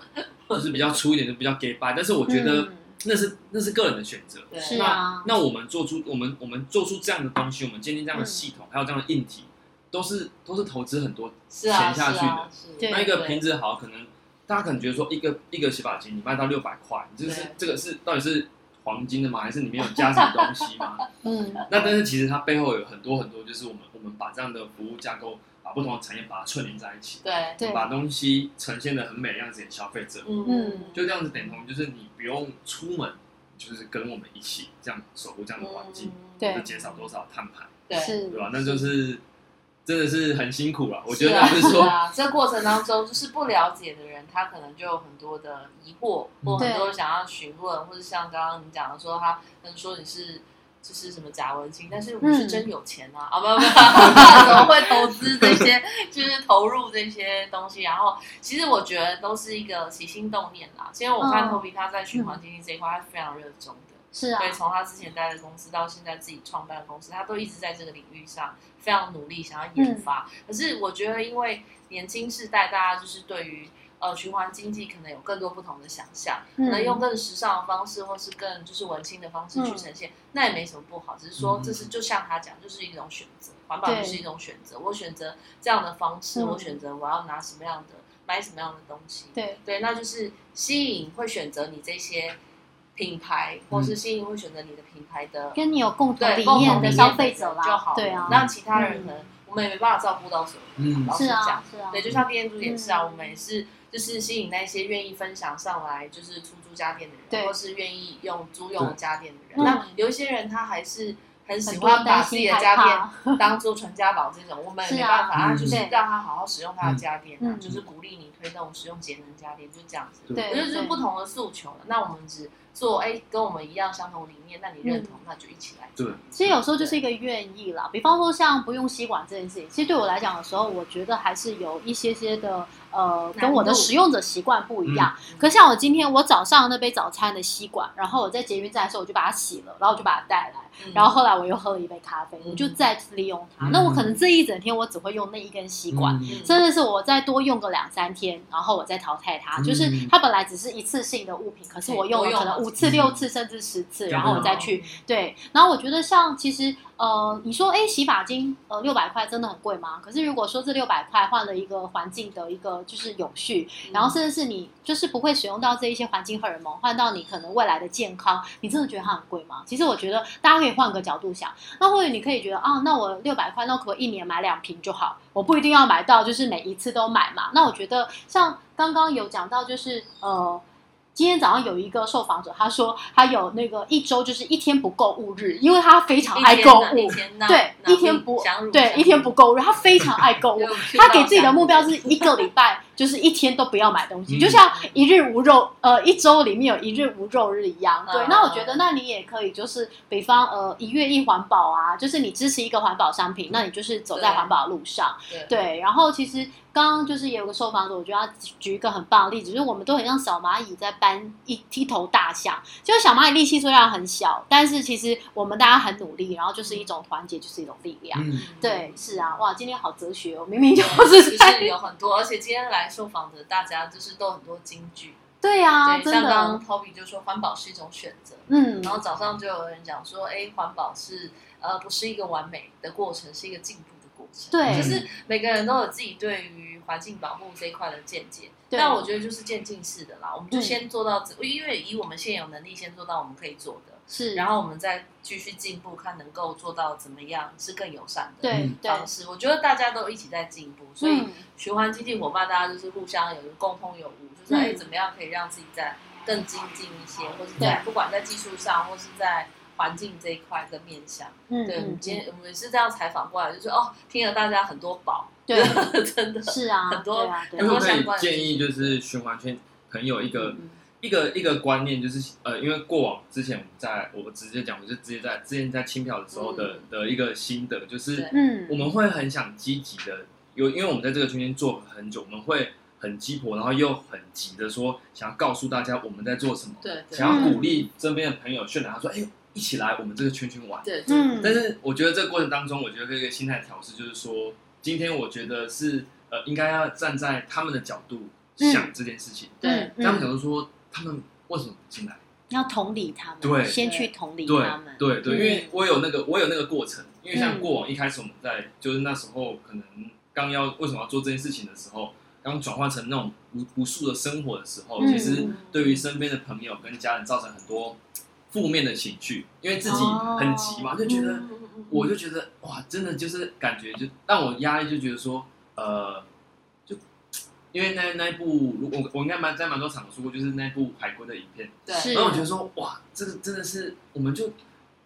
Speaker 4: 就是比较粗一点，就比较 gay 拜。但是我觉得
Speaker 3: 嗯
Speaker 4: 那是、那是个人的选择。
Speaker 2: 对
Speaker 3: 是啊，
Speaker 4: 那我们做出我们我们做出这样的东西，我们建立这样的系
Speaker 3: 嗯
Speaker 4: 统，还有这样的硬体，都是都是投资很多
Speaker 2: 是啊，
Speaker 4: 钱下
Speaker 2: 是
Speaker 4: 去
Speaker 2: 啊
Speaker 4: 的。
Speaker 2: 是
Speaker 3: 对
Speaker 4: 那一个
Speaker 2: 对
Speaker 4: 瓶子好，可能大家可能觉得说一个一个洗发精你卖到六百块，你这是
Speaker 2: 对
Speaker 4: 这个是到底是黄金的吗？还是里面有加什么东西吗？
Speaker 3: 嗯
Speaker 4: 那但是其实它背后有很多很多，就是我们我们把这样的服务架构，把不同的产业把它串联在一起，
Speaker 2: 对，
Speaker 3: 对
Speaker 4: 把东西呈现的很美的样子给消费者，
Speaker 2: 嗯，
Speaker 4: 就这样子等同就是你不用出门，就是跟我们一起这样守护这样的环境，
Speaker 2: 嗯
Speaker 3: 对
Speaker 4: 就减少多少碳排，
Speaker 2: 对，
Speaker 3: 是
Speaker 4: 对吧？那就是真的是很辛苦了，我觉
Speaker 2: 是
Speaker 4: 得
Speaker 2: 啊
Speaker 4: 不是说
Speaker 2: 啊，这过程当中，就是不了解的人，他可能就有很多的疑惑，或很多想要询问，或者像刚刚你讲的说，他能说你是就是什么假文青，但是我是
Speaker 3: 嗯
Speaker 2: 真有钱啊，啊，没有没有， 怎么会投资这些，就是投入这些东西？然后其实我觉得都是一个起心动念啦。其实我看
Speaker 3: 嗯
Speaker 2: Toby 他在循环经济这一块，他是非常热衷的。
Speaker 3: 是啊
Speaker 2: 对，，从他之前待的公司到现在自己创办的公司，他都一直在这个领域上非常努力，想要
Speaker 3: 嗯
Speaker 2: 研发。可是我觉得，因为年轻世代，大家就是对于呃循环经济可能有更多不同的想象，
Speaker 3: 嗯
Speaker 2: 可能用更时尚的方式，或是更就是文青的方式去
Speaker 3: 嗯
Speaker 2: 呈现，那也没什么不好。只是说，
Speaker 4: 嗯
Speaker 2: 这是就像他讲，就是一种选择，环保
Speaker 3: 对
Speaker 2: 就是一种选择。我选择这样的方式，
Speaker 3: 嗯
Speaker 2: 我选择我要拿什么样的，买什么样的东西。
Speaker 3: 对
Speaker 2: 对，那就是吸引会选择你这些品牌，或是吸引会选择你的品牌的
Speaker 3: 跟你有共同
Speaker 2: 对
Speaker 3: 理
Speaker 2: 共
Speaker 3: 念
Speaker 2: 同
Speaker 3: 的
Speaker 2: 理
Speaker 3: 消
Speaker 2: 念
Speaker 3: 费者啦，
Speaker 2: 就好了。
Speaker 3: 对啊，
Speaker 2: 那其他人可能我们也没办法照顾到所有
Speaker 4: 嗯
Speaker 2: 人。老实
Speaker 3: 是
Speaker 2: 讲
Speaker 3: 啊，，是啊，
Speaker 2: 对，就像店主也是啊，
Speaker 3: 嗯
Speaker 2: 我们也是就是吸引那些愿意分享上来就是出租家电的
Speaker 3: 对
Speaker 2: 人，或是愿意用租用家电的人。
Speaker 3: 嗯
Speaker 2: 那有一些人他还是很喜
Speaker 3: 很多
Speaker 2: 欢
Speaker 3: 担
Speaker 2: 把自己
Speaker 3: 心
Speaker 2: 的
Speaker 3: 害
Speaker 2: 家电
Speaker 3: 怕，
Speaker 2: 当做传家宝这种，我们也
Speaker 3: 是
Speaker 2: 没
Speaker 3: 啊
Speaker 2: 办法，啊
Speaker 4: 嗯
Speaker 2: 就是
Speaker 3: 对
Speaker 2: 让他好好使用他的家电啊
Speaker 3: 嗯，
Speaker 2: 就是鼓励你推动使用节能家电，就这样子。
Speaker 3: 对
Speaker 2: 我觉得这是
Speaker 3: 对
Speaker 2: 不同的诉求了。那我们只做，哎，跟我们一样相同理念，那你认同，
Speaker 3: 嗯
Speaker 2: 那就一起来做。
Speaker 4: 对
Speaker 3: 其实有时候就是一个愿意啦，比方说像不用吸管这件事情，其实对我来讲的时候，我觉得还是有一些些的呃，跟我的
Speaker 2: 难度
Speaker 3: 使用者习惯不一样。
Speaker 4: 嗯
Speaker 3: 可像我今天我早上那杯早餐的吸管，然后我在捷运站的时候我就把它洗了，然后我就把它带来，
Speaker 2: 嗯
Speaker 3: 然后后来我又喝了一杯咖啡，
Speaker 2: 嗯
Speaker 3: 我就再利用它。
Speaker 4: 嗯
Speaker 3: 那我可能这一整天我只会用那一根吸管，
Speaker 4: 嗯
Speaker 2: 嗯
Speaker 3: 真的是我再多用个两三天，然后我再淘汰它。
Speaker 4: 嗯
Speaker 3: 就是它本来只是一次性的物品，可是我用
Speaker 2: 对多
Speaker 3: 了
Speaker 2: 用
Speaker 3: 可能
Speaker 2: 好几
Speaker 3: 五次、
Speaker 4: 次
Speaker 3: 六次甚至十次，
Speaker 4: 对
Speaker 3: 然后我
Speaker 2: 哦
Speaker 3: 再去
Speaker 2: 嗯
Speaker 3: 对，然后我觉得像其实呃，你说哎，洗发精呃六百块真的很贵吗？可是如果说这六百块换了一个环境的一个就是永续，然
Speaker 2: 嗯
Speaker 3: 后甚至是你就是不会使用到这一些环境荷尔蒙，换到你可能未来的健康，你真的觉得它很贵吗？其实我觉得大家可以换个角度想，那或者你可以觉得啊，那我六百块，那可不可以一年买两瓶就好？我不一定要买到，就是每一次都买嘛。那我觉得像刚刚有讲到，就是呃。今天早上有一个受访者，他说他有那个一周就是一天不购物日，因为他非常爱购物，
Speaker 2: 一天呢
Speaker 3: 对，一天不对，一天不，购物，他非常爱购 物
Speaker 2: 有趣，
Speaker 3: 他
Speaker 2: 到
Speaker 3: 给自己的
Speaker 2: 想
Speaker 3: 目标
Speaker 2: 你
Speaker 3: 是一个礼拜就是一天都不要买东西，
Speaker 4: 嗯
Speaker 3: 就像一日无肉，呃，一周里面有一日无肉日一样。对，
Speaker 2: 嗯
Speaker 3: 那我觉得，那你也可以就是，比方呃，一月一环保啊，就是你支持一个环保商品，那你就是走在
Speaker 2: 对
Speaker 3: 环保路上。
Speaker 2: 对
Speaker 3: 对，然后其实刚刚就是也有个受访者，我觉得他举一个很棒的例子，就是我们都很像小蚂蚁在搬一一头大象，就是小蚂蚁力气虽然很小，但是其实我们大家很努力，然后就是一种团结，就是一种力量。
Speaker 4: 嗯，
Speaker 3: 对，是啊，哇，今天好哲学哦，明明就
Speaker 2: 对
Speaker 3: 是
Speaker 2: 其
Speaker 3: 在
Speaker 2: 实有很多，而且今天来受访的大家就是都有很多金句，
Speaker 3: 对啊，
Speaker 2: 对，
Speaker 3: 真
Speaker 2: 像刚
Speaker 3: 的，
Speaker 2: 刚 Toby 就说环保是一种选择，
Speaker 3: 嗯，
Speaker 2: 然后早上就有人讲说，哎，环保是呃不是一个完美的过程，是一个进步的过程。
Speaker 4: 嗯
Speaker 3: 对
Speaker 2: 就是每个人都有自己对于环境保护这一块的见解。
Speaker 3: 对
Speaker 2: 但我觉得就是渐进式的啦，我们就
Speaker 3: 嗯
Speaker 2: 先做到这，因为以我们现有能力先做到我们可以做的，
Speaker 3: 是，
Speaker 2: 然后我们再继续进步，看能够做到怎么样是更友善的
Speaker 3: 对
Speaker 4: 嗯
Speaker 3: 对，
Speaker 2: 方式。我觉得大家都一起在进步，哦所以
Speaker 3: 嗯
Speaker 2: 循环经济伙伴，大家就是互相有一个共通有无，就是
Speaker 3: 嗯
Speaker 2: 哎、怎么样可以让自己在更精进一些，或是在不管在技术上，或是在环境这一块跟面向。
Speaker 3: 嗯
Speaker 2: 对，我们
Speaker 3: 嗯，
Speaker 2: 今天我们是这样采访过来，就是哦，听了大家很多宝，
Speaker 3: 对，
Speaker 2: 真的
Speaker 3: 是啊，
Speaker 2: 很多
Speaker 3: 对啊，对
Speaker 4: 因为
Speaker 3: 啊
Speaker 4: 我可以建议就是循环圈很有一个、
Speaker 2: 嗯
Speaker 4: 一个一个观念，就是呃，因为过往之前我们在我直接讲，我就直接在之前在清票的时候的、的一个心得，就是
Speaker 2: 对
Speaker 4: 我
Speaker 3: 嗯，
Speaker 4: 们会很想积极的，有因为我们在这个圈圈做很久，我们会很鸡婆，然后又很急的说想要告诉大家我们在做什么，
Speaker 2: 对对
Speaker 3: 嗯
Speaker 4: 想要鼓励身边的朋友渲染他说，哎、一起来我们这个圈圈玩。
Speaker 2: 对对
Speaker 3: 嗯
Speaker 4: 但是我觉得这个过程当中，我觉得这个心态调试就是说，今天我觉得是呃，应该要站在他们的角度
Speaker 3: 嗯
Speaker 4: 想这件事情。
Speaker 2: 对
Speaker 3: 嗯
Speaker 4: 他们角
Speaker 3: 嗯
Speaker 4: 度说，他们为什么不进来？
Speaker 3: 要同理他们，
Speaker 4: 对
Speaker 3: 先去同理
Speaker 4: 对
Speaker 3: 他们，
Speaker 4: 对对，
Speaker 3: 嗯
Speaker 4: 因为我有那个我有那个过程，因为
Speaker 3: 嗯
Speaker 4: 像过往一开始我们在就是那时候可能刚要为什么要做这件事情的时候，刚转换成那种无无数的生活的时候，
Speaker 3: 嗯
Speaker 4: 其实对于身边的朋友跟家人造成很多负面的情绪，因为自己
Speaker 3: 哦
Speaker 4: 很急嘛，
Speaker 3: 嗯
Speaker 4: 就觉得我就觉得哇，真的就是感觉就让我压力就觉得说，呃，就因为那那一部，如我我应该蛮在蛮多场说过，就是那部海龟的影片，
Speaker 2: 对，
Speaker 3: 是
Speaker 4: 然后我觉得说哇，这个真的是我们就。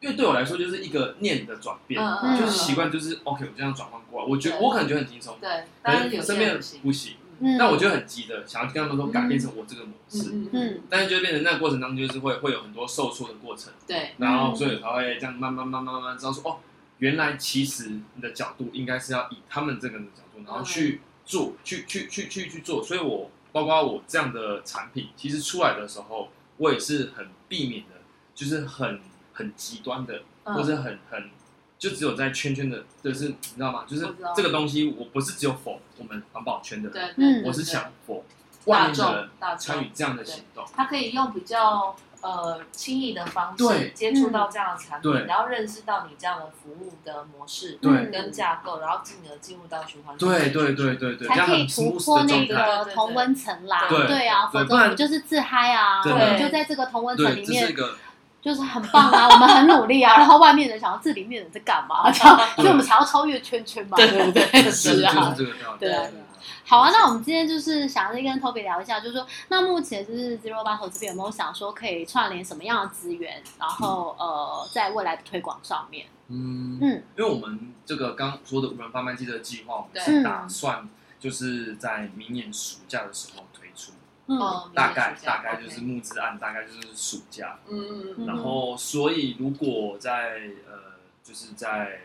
Speaker 4: 因为对我来说就是一个念的转变，
Speaker 2: 嗯
Speaker 3: 嗯
Speaker 4: 就是习惯，就是 OK，我这样转换过来，我觉得
Speaker 2: 对
Speaker 4: 我可能觉得很轻松，
Speaker 2: 对，
Speaker 4: 可
Speaker 2: 当然有
Speaker 4: 能
Speaker 2: 些
Speaker 4: 身边
Speaker 2: 人
Speaker 4: 人
Speaker 2: 不行，
Speaker 4: 不行。
Speaker 3: 嗯，
Speaker 4: 那我就很急的想要跟他们说改变成我这个模
Speaker 2: 嗯
Speaker 4: 式，
Speaker 2: 嗯嗯，
Speaker 3: 嗯
Speaker 4: 但是就变成那个过程当中就是会会有很多受挫的过程，
Speaker 2: 对，
Speaker 4: 然后所以才会这样慢慢慢慢慢慢知道说哦，原来其实你的角度应该是要以他们这个人的角度，然后去做，去去去去去做。所以我包括我这样的产品，其实出来的时候，我也是很避免的，就是很很极端的，
Speaker 2: 嗯
Speaker 4: 或是很很。就只有在圈圈的，就是你知道吗？就是
Speaker 2: 我知道
Speaker 4: 这个东西，我不是只有否我们环保圈的人，
Speaker 2: 对，
Speaker 3: 嗯
Speaker 4: 我是想我
Speaker 2: 大
Speaker 4: 万众
Speaker 2: 众大
Speaker 4: 参
Speaker 2: 众
Speaker 4: 与，这样的行动，
Speaker 2: 他可以用比较呃轻易的方式
Speaker 4: 对
Speaker 2: 接触到这样的产品，
Speaker 4: 对
Speaker 2: 然后认识到你这样的服务的模式
Speaker 4: 对
Speaker 3: 嗯
Speaker 2: 跟架构，然后进而进入到循环经济。
Speaker 4: 对对对对对，这
Speaker 3: 才
Speaker 4: 样
Speaker 3: 可以
Speaker 4: 很
Speaker 3: 突
Speaker 4: smooth
Speaker 3: 破
Speaker 4: 的
Speaker 3: 那
Speaker 4: 状态，
Speaker 3: 个同温层啦，
Speaker 2: 对
Speaker 3: 对啊，
Speaker 4: 对
Speaker 3: 否则
Speaker 4: 不
Speaker 3: 我
Speaker 4: 然
Speaker 3: 们就是自嗨啊，我
Speaker 4: 对
Speaker 3: 们就在这个同温层
Speaker 4: 对，
Speaker 3: 里
Speaker 4: 这是一
Speaker 3: 面，
Speaker 4: 个
Speaker 3: 就是很棒啊，我们很努力啊，然后外面人想要这里面人在干嘛，这样，所以我们才要超越圈圈嘛，对不对？是啊，
Speaker 4: 就是这个道理，
Speaker 3: 对啊
Speaker 4: 对啊
Speaker 3: 好啊，那我们今天就是想要跟 Toby 聊一下，就是说，那目前就是 Zero Bottle 这边有没有想说可以串联什么样的资源，然后呃，在未来的推广上面，
Speaker 4: 嗯，
Speaker 3: 嗯
Speaker 4: 因为我们这个刚刚说的无人贩卖机的计划，我们
Speaker 3: 对
Speaker 4: 是打算就是在明年暑假的时候推出，
Speaker 3: 嗯
Speaker 2: 嗯，
Speaker 4: 大概
Speaker 2: 理解
Speaker 4: 大概就是
Speaker 2: OK
Speaker 4: 募资案，大概就是暑假，
Speaker 2: 嗯嗯嗯
Speaker 3: 嗯
Speaker 4: 然后，所以如果在呃，就是在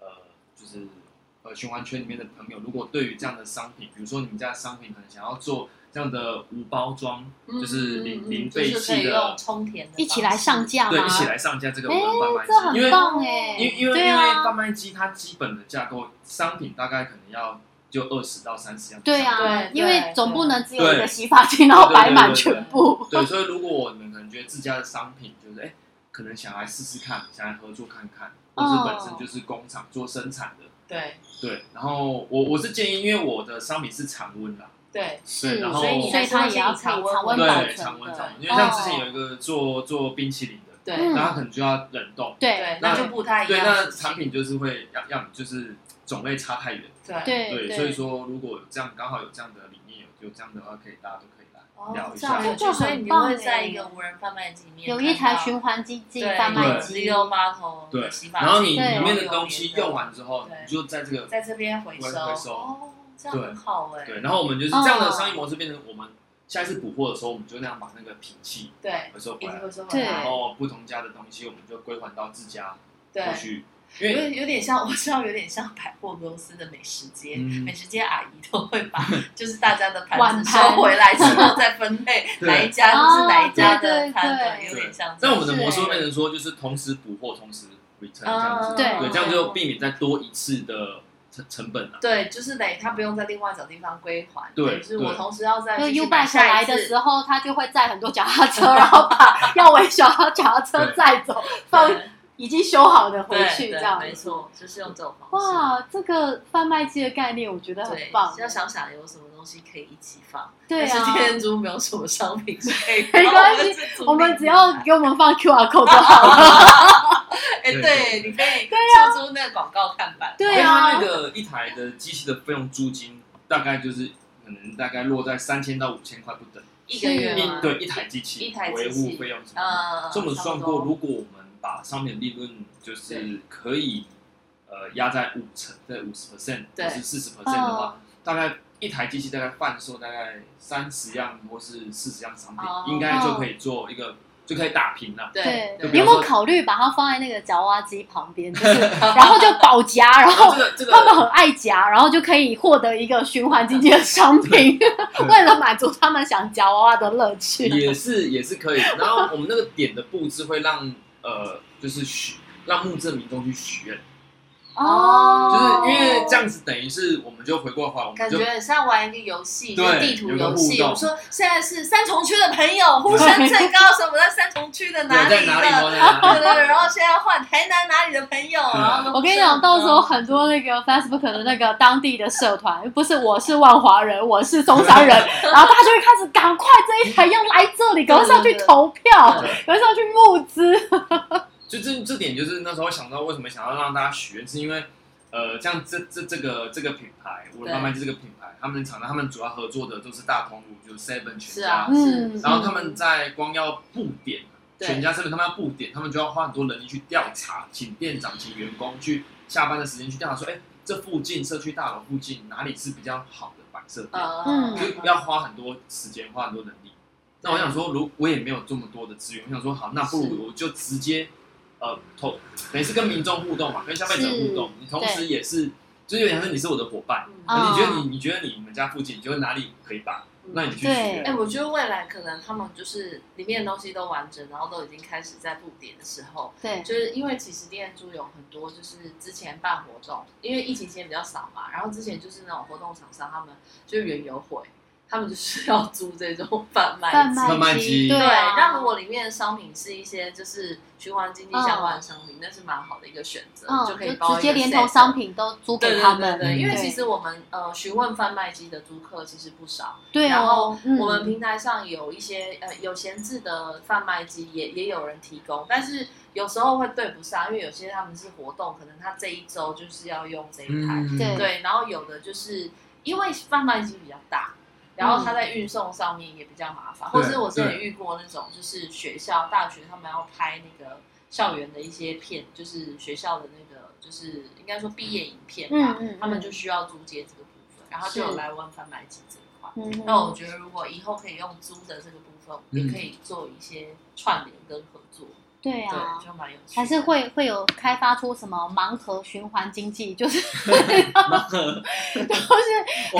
Speaker 4: 呃，就是呃循环圈里面的朋友，如果对于这样的商品，比如说你们家的商品可能想要做这样的无包装，
Speaker 2: 嗯
Speaker 4: 就是零零
Speaker 2: 就
Speaker 4: 废
Speaker 2: 是可以
Speaker 4: 弃
Speaker 2: 用
Speaker 4: 的，
Speaker 2: 充填的方式，
Speaker 3: 一起来上架
Speaker 4: 对，
Speaker 3: 吗
Speaker 4: 一？起来上架这个
Speaker 3: 哎
Speaker 4: 文贩
Speaker 3: 这
Speaker 4: 卖机，因
Speaker 3: 很
Speaker 4: 为
Speaker 3: 棒哎，
Speaker 2: 欸
Speaker 4: 因为因为
Speaker 3: 对
Speaker 4: 因为
Speaker 3: 啊，
Speaker 4: 贩卖机它基本的架构，商品大概可能要就二十到三十样，
Speaker 3: 对
Speaker 2: 对
Speaker 3: 啊，因为总不能只有一个
Speaker 4: 对
Speaker 3: 洗发精，然后摆满全部。
Speaker 4: 对，所以如果你们可能觉得自家的商品就是哎、可能想来试试看，想来合作看看，或
Speaker 3: 哦
Speaker 4: 是本身就是工厂做生产的，
Speaker 2: 对
Speaker 4: 对。然后我我是建议，因为我的商品是常温啦，
Speaker 2: 对，
Speaker 3: 是，
Speaker 4: 对然后
Speaker 3: 所
Speaker 4: 所
Speaker 2: 以
Speaker 3: 它也要可
Speaker 2: 常
Speaker 3: 以
Speaker 2: 温
Speaker 3: 常温保
Speaker 4: 对，
Speaker 3: 存
Speaker 4: 常温
Speaker 3: 的
Speaker 4: 常温。因为
Speaker 3: 哦
Speaker 4: 像之前有一个做做冰淇淋的，
Speaker 2: 对
Speaker 3: 嗯
Speaker 4: 那他可能就要冷冻，
Speaker 3: 对
Speaker 2: 对，那就不太一
Speaker 4: 对，
Speaker 2: 样。
Speaker 4: 那产品就是会要要就是种类差太远，
Speaker 2: 对
Speaker 3: 对
Speaker 4: 对，所以说如果有这样刚好有这样的理念，有有这样的啊话，可以大家都可以来聊
Speaker 2: 哦，
Speaker 4: 一
Speaker 2: 这
Speaker 4: 下
Speaker 2: 样，有
Speaker 3: 这就
Speaker 2: 趣，所以
Speaker 3: 很
Speaker 2: 你
Speaker 3: 棒
Speaker 2: 会
Speaker 3: 哎
Speaker 2: 在一个无人贩卖机里面
Speaker 3: 有一台
Speaker 2: 看
Speaker 3: 循环经济
Speaker 2: 到
Speaker 3: 贩卖
Speaker 2: 对
Speaker 3: 机，
Speaker 2: 有 Zero 八头
Speaker 4: 对
Speaker 2: 洗，发
Speaker 4: 然后你
Speaker 2: 精
Speaker 3: 对
Speaker 4: 里面的
Speaker 2: 有
Speaker 4: 东西
Speaker 2: 别的
Speaker 4: 用完之后，
Speaker 2: 对
Speaker 4: 你就在这个
Speaker 2: 在这边回收，
Speaker 4: 回收
Speaker 2: 哦，这样很好哎，
Speaker 4: 对，然后我们就是这样的商业模式，变成我们下一次补货的时候，我们就那样把那个瓶器
Speaker 2: 对，
Speaker 4: 回收回
Speaker 2: 一直
Speaker 4: 来，
Speaker 2: 回收回
Speaker 4: 然
Speaker 2: 来，
Speaker 4: 后不同家的东西我们就归还到自家
Speaker 2: 对。
Speaker 4: 过去，
Speaker 2: 有
Speaker 4: 因为
Speaker 2: 点有点像，我知道有点像百货公司的美食街，
Speaker 4: 嗯
Speaker 2: 美食街阿姨都会 把就是大家的
Speaker 3: 碗
Speaker 2: 盘子
Speaker 3: 盘
Speaker 2: 收回来之后再分类，
Speaker 4: 对
Speaker 2: 哪一家就是哪一家
Speaker 3: 哦对对
Speaker 2: 的餐，对，
Speaker 3: 对
Speaker 2: 有点像这
Speaker 4: 但
Speaker 2: 样。
Speaker 4: 我们的模式
Speaker 3: 是
Speaker 4: 会变成说，就是同时补货，同时 return 这样
Speaker 2: 啊
Speaker 4: 子，
Speaker 3: 对
Speaker 4: 对，这样就避免再多一次的成成本啊。
Speaker 2: 对，就是等于他不用在另外找地方归还，
Speaker 4: 对
Speaker 2: 就是我
Speaker 4: 对
Speaker 2: 同时要在
Speaker 3: 就 U
Speaker 2: 拜
Speaker 3: bike 来的时候，他就会载很多脚踏车，然后把要维修好脚踏车载走，放已经修好的回去，这样
Speaker 2: 没错，就是用这种方式。
Speaker 3: 哇，这个贩卖机的概念我觉得很
Speaker 2: 对
Speaker 3: 棒，，
Speaker 2: 要想想有什么东西可以一起放。
Speaker 3: 对
Speaker 2: 但
Speaker 3: 啊
Speaker 2: 是，天竺没有什么商品是可以放，
Speaker 3: 没关系
Speaker 2: 是租赁
Speaker 3: 我们只要
Speaker 2: 的
Speaker 3: 给我们放 QR code 就好了。
Speaker 2: 哎，
Speaker 4: 对
Speaker 2: 对，你可以出租那个广告看板。
Speaker 3: 啊对
Speaker 4: 因为它
Speaker 3: 啊
Speaker 4: 那，个一台的机器的费用租金大概就是可能大概落在三千到五千块不等，
Speaker 2: 一个月吗
Speaker 4: 一对一台机器
Speaker 2: 啊一台
Speaker 4: 维
Speaker 2: 机器
Speaker 4: 护费用什么的。
Speaker 2: 呃，
Speaker 4: 这么
Speaker 2: 差
Speaker 4: 算
Speaker 2: 不
Speaker 4: 过，
Speaker 2: 多
Speaker 4: 如果我们把商品利润就是
Speaker 2: 对
Speaker 4: 可以呃压在五成，在五十 percent
Speaker 2: 对嗯
Speaker 4: 或是四十 percent 的
Speaker 3: 哦
Speaker 4: 话，大概一台机器大概贩售大概三十样或是四十样商品，
Speaker 2: 哦
Speaker 4: 应该就可以做一个就可以打 平了。
Speaker 2: 对
Speaker 3: 对，
Speaker 4: 就
Speaker 3: 你
Speaker 4: 比
Speaker 3: 有
Speaker 4: 方
Speaker 3: 没
Speaker 4: 说
Speaker 3: 有考虑把它放在那个夹娃娃机旁 边，就是然后就保夹，然后
Speaker 4: 啊这个这
Speaker 3: 他们
Speaker 4: 个
Speaker 3: 很爱夹，然后就可以获得一个循环经济的商品， 为了满足他们想夹娃娃的乐趣。
Speaker 4: 也是也是可以。然后我们那个点的布置会让呃就是许让募资的民众去许愿，
Speaker 3: 哦，
Speaker 4: 就是因为这样子等于是我们就回过头来，我们
Speaker 2: 感
Speaker 4: 就
Speaker 2: 觉很像玩一个游戏，就
Speaker 4: 对
Speaker 2: 是地图游戏。
Speaker 4: 有个
Speaker 2: 我
Speaker 4: 互动
Speaker 2: 说现在是三重区的朋友，呼声最高，什么在三重区的
Speaker 4: 对
Speaker 2: 哪
Speaker 4: 在
Speaker 2: 里
Speaker 4: 哪里
Speaker 2: 了？
Speaker 4: 摸在
Speaker 2: 对
Speaker 4: 哪里，
Speaker 2: 对对，然后现在换台南哪里的朋友，
Speaker 4: 嗯
Speaker 2: 然后嗯
Speaker 3: 我跟你讲，到时候很多那个 Facebook 的那个当地的社团，不是我是万华人，我是中山人，然后大家就会开始赶快这一台要来这里，赶快上去投票，
Speaker 4: 对
Speaker 3: 赶快上去募资。
Speaker 4: 就这这点就是那时候想到为什么想要让大家许愿，是因为呃，像这这这个这个品牌，我的
Speaker 2: 对
Speaker 4: 慢慢就这个品牌，他们厂商他们主要合作的都是大通路，就是 Seven 全
Speaker 2: 是
Speaker 4: 家，
Speaker 2: 啊，
Speaker 3: 嗯
Speaker 2: 是，
Speaker 4: 然后他们在光要布点
Speaker 2: 对
Speaker 4: 全家 Seven，他们要布点，他们就要花很多人力去调查，请店长、请员工去下班的时间去调查，说，哎，这附近社区大楼附近哪里是比较好的摆设店，
Speaker 2: 嗯
Speaker 4: 就要花很多时间，花很多能力。那我想说，如我也没有这么多的资源，我想说，好，那不如我就直接呃投，等于是跟民众互动嘛，跟消费者互动，你同时也是，就是有点像是你是我的伙伴，
Speaker 3: 嗯
Speaker 4: 你觉得你你觉得你们家附近，你觉得哪里可以摆，那你去许
Speaker 3: 对
Speaker 4: 愿
Speaker 2: 哎、。我觉得未来可能他们就是里面的东西都完整，然后都已经开始在布点的时候，
Speaker 3: 对，
Speaker 2: 就是因为其实店主有很多就是之前办活动，因为疫情期间比较少嘛，然后之前就是那种活动厂商他们就原油会，他们就是要租这种贩卖
Speaker 3: 贩
Speaker 2: 机。
Speaker 4: 贩卖
Speaker 3: 卖啊
Speaker 4: 机
Speaker 3: 对
Speaker 2: 对，
Speaker 3: 啊，
Speaker 2: 那如果里面的商品是一些就是循环经济相关的商品，那是蛮好的一个选择，
Speaker 3: 嗯，
Speaker 2: 就可以
Speaker 3: 就
Speaker 2: 包
Speaker 3: 直接
Speaker 2: 一个
Speaker 3: 连同
Speaker 2: set
Speaker 3: 商品都租
Speaker 2: 对
Speaker 3: 给
Speaker 2: 对
Speaker 3: 他
Speaker 2: 对
Speaker 3: 们。
Speaker 2: 对，因为
Speaker 3: 嗯
Speaker 2: 其实我们呃询问贩卖机的租客其实不少，
Speaker 3: 对
Speaker 2: 然后
Speaker 3: 哦，嗯
Speaker 2: 我们平台上有一些呃有闲置的贩卖机也也有人提供，但是有时候会对不上，因为有些他们是活动，可能他这一周就是要用这一台，
Speaker 4: 嗯，
Speaker 3: 对
Speaker 2: 对，然后有的就是因为贩卖机比较大，然后它在运送上面也比较麻烦，或
Speaker 4: 嗯对
Speaker 2: 者是我之前
Speaker 4: 对
Speaker 2: 遇过那种就是学校大学他们要拍那个校园的一些片，就是学校的那个就是应该说毕业影片吧，
Speaker 3: 嗯嗯嗯
Speaker 2: 他们就需要租借这个部分，然后就有
Speaker 3: 是
Speaker 2: 来问贩卖机这一块。
Speaker 3: 嗯
Speaker 2: 那我觉得，如果以后可以用租的这个部分，也可以做一些串联跟合作，
Speaker 3: 对啊
Speaker 2: 嗯对，。就蛮有趣的。
Speaker 3: 还是 会会有开发出什么盲盒循环经济，就是 就是它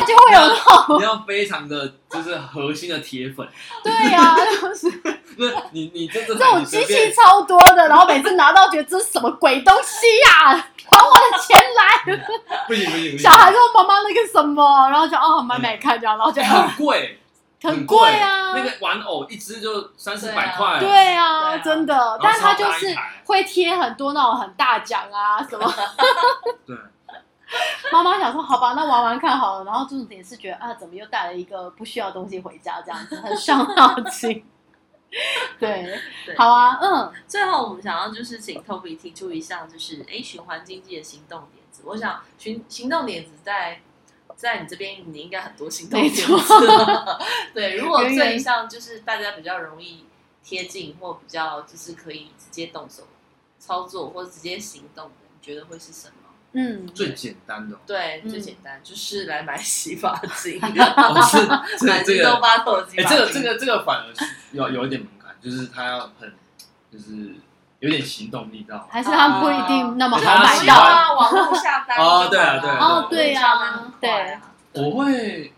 Speaker 3: 就会有那种
Speaker 4: 你要非常的就是核心的铁粉，
Speaker 3: 对 呀、就是
Speaker 4: 不是你你 这这
Speaker 3: 这种
Speaker 4: 你
Speaker 3: 机
Speaker 4: 随
Speaker 3: 器
Speaker 4: 便
Speaker 3: 超多的，然后每次拿到觉得这是什么鬼东西呀、还我的钱来！
Speaker 4: 不行不行不行，
Speaker 3: 小孩说妈妈那个什么，然后就哦买买看这样，然 后就、
Speaker 4: 哎很贵，
Speaker 3: 很
Speaker 4: 贵
Speaker 3: 贵啊，
Speaker 4: 那个玩偶一只就三四
Speaker 2: 对啊
Speaker 4: 百块，
Speaker 3: 对啊，
Speaker 2: 对啊
Speaker 3: 真的，但
Speaker 4: 然
Speaker 3: 是
Speaker 4: 后
Speaker 3: 他
Speaker 4: 超
Speaker 3: 就
Speaker 4: 大一
Speaker 3: 是
Speaker 4: 台
Speaker 3: 会贴很多那种很大奖啊什么。
Speaker 4: 对，
Speaker 3: 妈妈想说好吧，那玩玩看好了，然后重点是觉得啊，怎么又带了一个不需要的东西回家，这样子很伤脑筋。对，
Speaker 2: 对
Speaker 3: 好啊，嗯，
Speaker 2: 最后，我们想要就是请 Toby 提出一项就是诶循环经济的行动点子。我想行行动点子在在你这边，你应该很多行动点
Speaker 3: 没
Speaker 2: 子。 对，如果
Speaker 3: 圆圆
Speaker 2: 这一项就是大家比较容易贴近，或比较就是可以直接动手操作或直接行动的，你觉得会是什么？
Speaker 3: 嗯，
Speaker 4: 最简单的 哦
Speaker 2: 对，
Speaker 3: 嗯
Speaker 2: 最简单、就是来买洗发 精，
Speaker 4: 哦是这
Speaker 2: 买
Speaker 4: 个这
Speaker 2: 金豆
Speaker 4: 个，
Speaker 2: 巴豆的洗
Speaker 4: 哎，
Speaker 2: 发
Speaker 4: 这
Speaker 2: 精。
Speaker 4: 个这个这个反而是有有一点门槛，就是他要很就是有点行动力，知道吗？
Speaker 3: 还是他不一定那么好买
Speaker 4: 喜
Speaker 2: 有
Speaker 4: 欢
Speaker 3: 到。
Speaker 2: 啊，网络下单
Speaker 4: 哦
Speaker 2: 就买了
Speaker 4: 对啊对啊
Speaker 2: 网络
Speaker 3: 对啊
Speaker 2: 下单很快啊
Speaker 4: 我会，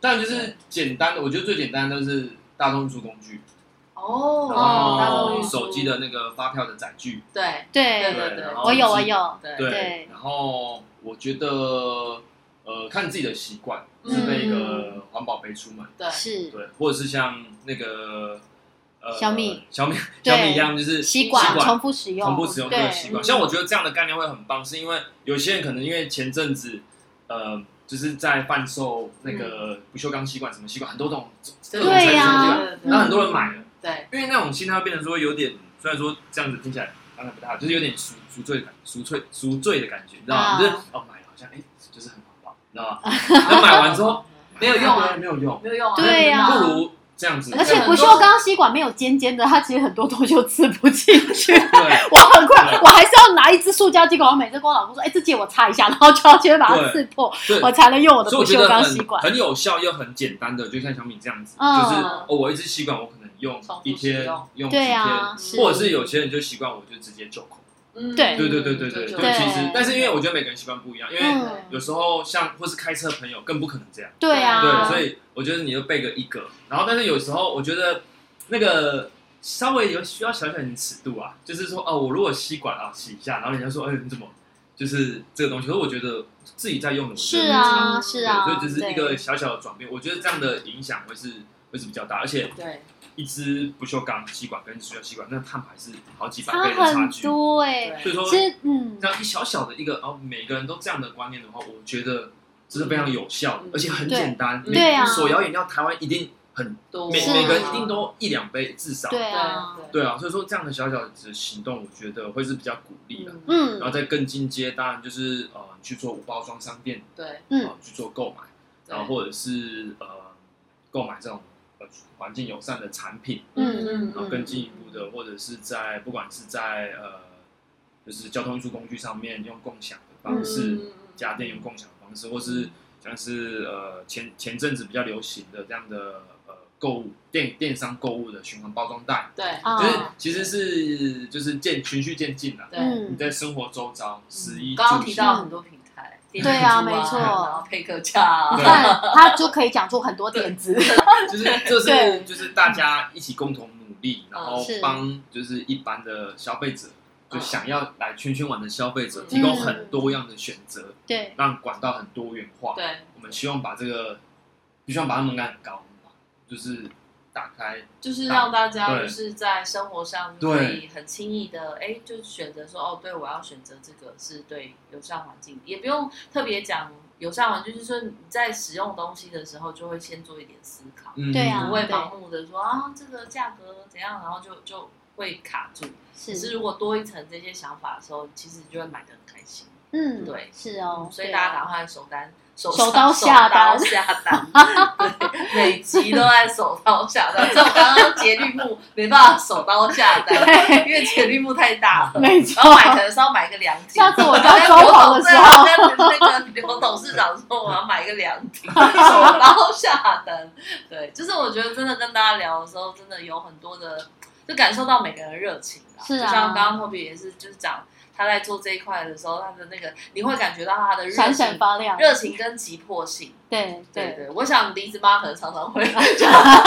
Speaker 4: 但就是简单的，我觉得最简单的就是大众运输工具，然
Speaker 3: 哦大
Speaker 2: 哦
Speaker 3: 众
Speaker 4: 后
Speaker 3: 运输
Speaker 4: 手机的那个发票的载具，
Speaker 2: 对
Speaker 3: 对，
Speaker 2: 对对
Speaker 4: 然后
Speaker 3: 我有
Speaker 4: 自
Speaker 3: 我
Speaker 4: 己
Speaker 3: 有，
Speaker 2: 对
Speaker 4: 对，
Speaker 3: 对
Speaker 4: 然后我觉得呃，看自己的习惯，
Speaker 3: 嗯
Speaker 4: 自备一个环保杯出门，
Speaker 2: 对
Speaker 3: 是
Speaker 4: 对，或者是像那个呃
Speaker 3: 嗯小米
Speaker 4: 小米
Speaker 3: 对
Speaker 4: 小米一样，就是
Speaker 3: 吸
Speaker 2: 管
Speaker 3: 管重复使用，
Speaker 4: 重复使用这
Speaker 3: 对
Speaker 4: 个习惯。像我觉得这样的概念会很棒，是因为有些人可能因为前阵子呃。就是在贩售那个不锈钢吸管，什么吸管，很多种，各种材质
Speaker 3: 嗯对
Speaker 4: 的
Speaker 3: 呀嗯
Speaker 4: 吸管，
Speaker 2: 对
Speaker 4: 然后很多人买了，
Speaker 2: 对
Speaker 4: 因为那种心态会变成说有点，虽然说这样子听起来当然不大，就是有点赎赎罪的感，赎罪赎罪的感觉，你知道吗？
Speaker 3: 啊
Speaker 4: 就是哦买了好像哎、就是很环保，你知道吗？那买完之后没有用啊，没有用，
Speaker 2: 没有用啊，
Speaker 3: 对啊
Speaker 4: 不如这样子，
Speaker 3: 而且不
Speaker 4: 对
Speaker 3: 锈钢吸管没有尖尖的，它其实很多东西都吃不进去。
Speaker 4: 对
Speaker 3: 我很快，
Speaker 4: 对
Speaker 3: 我还是要拿一支塑胶吸管，我每次跟我老公说：“哎、这借我擦一下。”然后就要先把它
Speaker 4: 对
Speaker 3: 刺破，
Speaker 4: 对，
Speaker 3: 我才能用我的
Speaker 4: 所以我
Speaker 3: 不
Speaker 4: 觉
Speaker 3: 锈
Speaker 4: 得
Speaker 3: 钢吸
Speaker 4: 很
Speaker 3: 管。
Speaker 4: 很有效又很简单的，就像小米这样子，
Speaker 3: 嗯
Speaker 4: 就是哦我一支吸管我可能用
Speaker 2: 重复
Speaker 4: 一
Speaker 2: 使
Speaker 4: 天
Speaker 2: 用
Speaker 4: 用几
Speaker 3: 对
Speaker 4: 天，
Speaker 3: 啊，
Speaker 2: 几
Speaker 3: 是
Speaker 2: 天
Speaker 4: 或者是有些人就习惯我就直接就口，
Speaker 2: 嗯
Speaker 3: 对
Speaker 4: 对对对对对
Speaker 2: 就
Speaker 3: 对
Speaker 4: 其实但是因为我觉得每个人习惯不一样，因为
Speaker 3: 嗯，
Speaker 4: 有时候像或是开车的朋友更不可能这样。
Speaker 3: 对啊，
Speaker 4: 对，所以我觉得你就备个一个，然后但是有时候我觉得那个稍微有需要小小点尺度啊，就是说哦，我如果吸管啊洗一下，然后人家说哎你怎么就是这个东西。可是我觉得自己在用的，我觉得
Speaker 3: 是
Speaker 4: 很
Speaker 3: 啊
Speaker 4: 轻
Speaker 3: 是啊
Speaker 4: 对所以就是一
Speaker 3: 对
Speaker 4: 个小小的转变。我觉得这样的影响会是会是比较大，而且
Speaker 2: 对，
Speaker 4: 一支不锈钢吸管跟塑胶吸管，那碳排是好几百
Speaker 3: 差
Speaker 4: 倍的差
Speaker 3: 很
Speaker 4: 距。所
Speaker 3: 多哎、
Speaker 2: 对
Speaker 4: 以说，
Speaker 3: 其实嗯，
Speaker 4: 这样一小小的一个，然后每个人都这样的观念的话，我觉得这是非常有效的
Speaker 2: 嗯，
Speaker 4: 而且很
Speaker 3: 对
Speaker 4: 简单。
Speaker 2: 对
Speaker 4: 每
Speaker 3: 啊
Speaker 4: 手摇饮料台湾一定很
Speaker 2: 多
Speaker 4: 每
Speaker 3: 是啊
Speaker 4: 每个人一定都一两杯至少。
Speaker 3: 对
Speaker 2: 对
Speaker 3: 啊，
Speaker 2: 对
Speaker 4: 对啊，所以说这样的小小的行动，我觉得会是比较鼓励的。
Speaker 2: 嗯
Speaker 3: 嗯
Speaker 4: 然后再更进阶，当然就是呃去做无包装商店，
Speaker 2: 对，
Speaker 3: 嗯
Speaker 4: 呃去做购买，然后
Speaker 2: 对
Speaker 4: 或者是呃购买这种呃环境友善的产品，
Speaker 3: 嗯嗯
Speaker 4: 然后
Speaker 3: 嗯，
Speaker 4: 更进一步的，或者是在不管是在呃就是交通运输工具上面用共享的方式，
Speaker 2: 嗯
Speaker 4: 家电用共享的方式，或是像是呃前前阵子比较流行的这样的呃购物电电商购物的循环包装袋，
Speaker 2: 对
Speaker 3: 啊
Speaker 4: 就是其实是就是渐循序渐进的。
Speaker 2: 对，
Speaker 1: 嗯
Speaker 2: 嗯
Speaker 4: 你在生活周遭，十一
Speaker 2: 刚刚
Speaker 4: 住
Speaker 2: 提
Speaker 4: 行
Speaker 2: 到很多平台，电
Speaker 3: 对
Speaker 2: 子
Speaker 3: 啊
Speaker 2: 书
Speaker 3: 没错
Speaker 2: 然后配课价啊，
Speaker 4: 对
Speaker 3: 你看他就可以讲出很多点子，
Speaker 4: 就是这
Speaker 3: 对嗯
Speaker 4: 是就是大家一起共同努力，然后
Speaker 3: 是
Speaker 4: 帮就是一般的消费者，就
Speaker 2: 嗯
Speaker 4: 想要来圈圈玩的消费者，
Speaker 2: 嗯
Speaker 4: 提供很多样的选择，
Speaker 3: 对，
Speaker 4: 让管道很多元化。
Speaker 2: 对，
Speaker 4: 我们希望把这个，不希望把它门槛很高，就是打开。
Speaker 2: 就是让大家
Speaker 4: 对
Speaker 2: 就是在生活上
Speaker 4: 对
Speaker 2: 可以很轻易的，哎，就选择说，哦，对我要选择这个是对友善环境，也不用特别讲友善环境，就是说你在使用东西的时候就会先做一点思考，
Speaker 4: 嗯
Speaker 3: 对啊
Speaker 2: 不会
Speaker 3: 对
Speaker 2: 盲目的说啊这个价格怎样，然后就就会卡住。只是
Speaker 3: 是，
Speaker 2: 如果多一层这些想法的时候，其实你就会买的很开心。
Speaker 3: 嗯，
Speaker 2: 对
Speaker 3: 是哦，
Speaker 2: 所以
Speaker 3: 对
Speaker 2: 大 家赶快手单手
Speaker 3: 手刀下单
Speaker 2: 单下单，对，每集都在手刀下单。所以我刚刚节律木没办法手刀下单，
Speaker 3: 对，
Speaker 2: 因为节律木太大了。
Speaker 3: 没错
Speaker 2: 然，后 买可能是要买个凉亭，
Speaker 3: 下次我到装潢的时候
Speaker 2: 我在跟那个刘董事长说我要买一个凉亭，然后下单。对，就是我觉得真的跟大家聊的时候，真的有很多的，就感受到每个人的热情啦。
Speaker 3: 是啊
Speaker 2: 就像刚刚 Toby 也是，就是讲他在做这一块的时候，他的那个你会感觉到他的热情
Speaker 3: 闪闪发亮，
Speaker 2: 热情跟急迫性。
Speaker 3: 对
Speaker 2: 对
Speaker 3: 对
Speaker 2: 对，我想梨子妈可能常常会这样，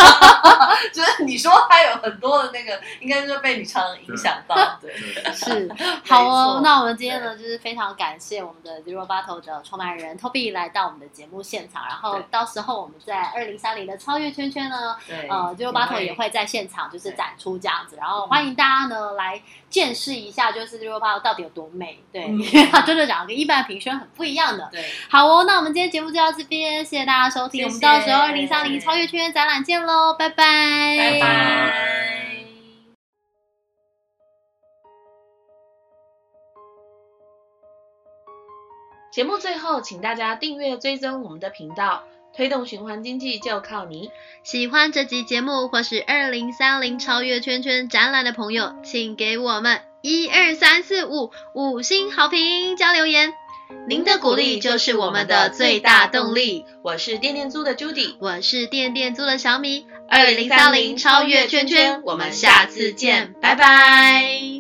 Speaker 2: 就是你说她有很多的那个，应该就是被你常常影响到。对，
Speaker 4: 对
Speaker 3: 是。好哦，
Speaker 2: 没错
Speaker 3: 那我们今天呢，就是非常感谢我们的 Zero Battle 的创办人 Toby 来到我们的节目现场，然后
Speaker 2: 对
Speaker 3: 到时候我们在二零三零的超越圈圈呢，
Speaker 2: 对，嗯
Speaker 3: 呃，Zero Battle 也会在现场就是展出这样子，然后欢迎大家呢来见识一下，就是 Zero Battle 到底有多美，对，
Speaker 2: 嗯
Speaker 3: 它真的长得跟一般的评选很不一样的。
Speaker 2: 对，
Speaker 3: 好哦，那我们今天节目就到这边，谢谢大家收听，
Speaker 2: 谢谢
Speaker 3: 我们到时候二零三零超越圈圈展览见喽，拜拜，
Speaker 2: 拜
Speaker 3: 拜
Speaker 2: 拜。
Speaker 1: 节目最后，请大家订阅追踪我们的频道，推动循环经济就靠你。
Speaker 5: 喜欢这集节目或是二零三零超越圈圈展览的朋友，请给我们一二三四五五星好评加留言，您的鼓励就是我们的最大动力。
Speaker 1: 我是电电租的 Judy，
Speaker 5: 我是电电租的小米，二零三零超越圈圈，我们下次见，拜拜。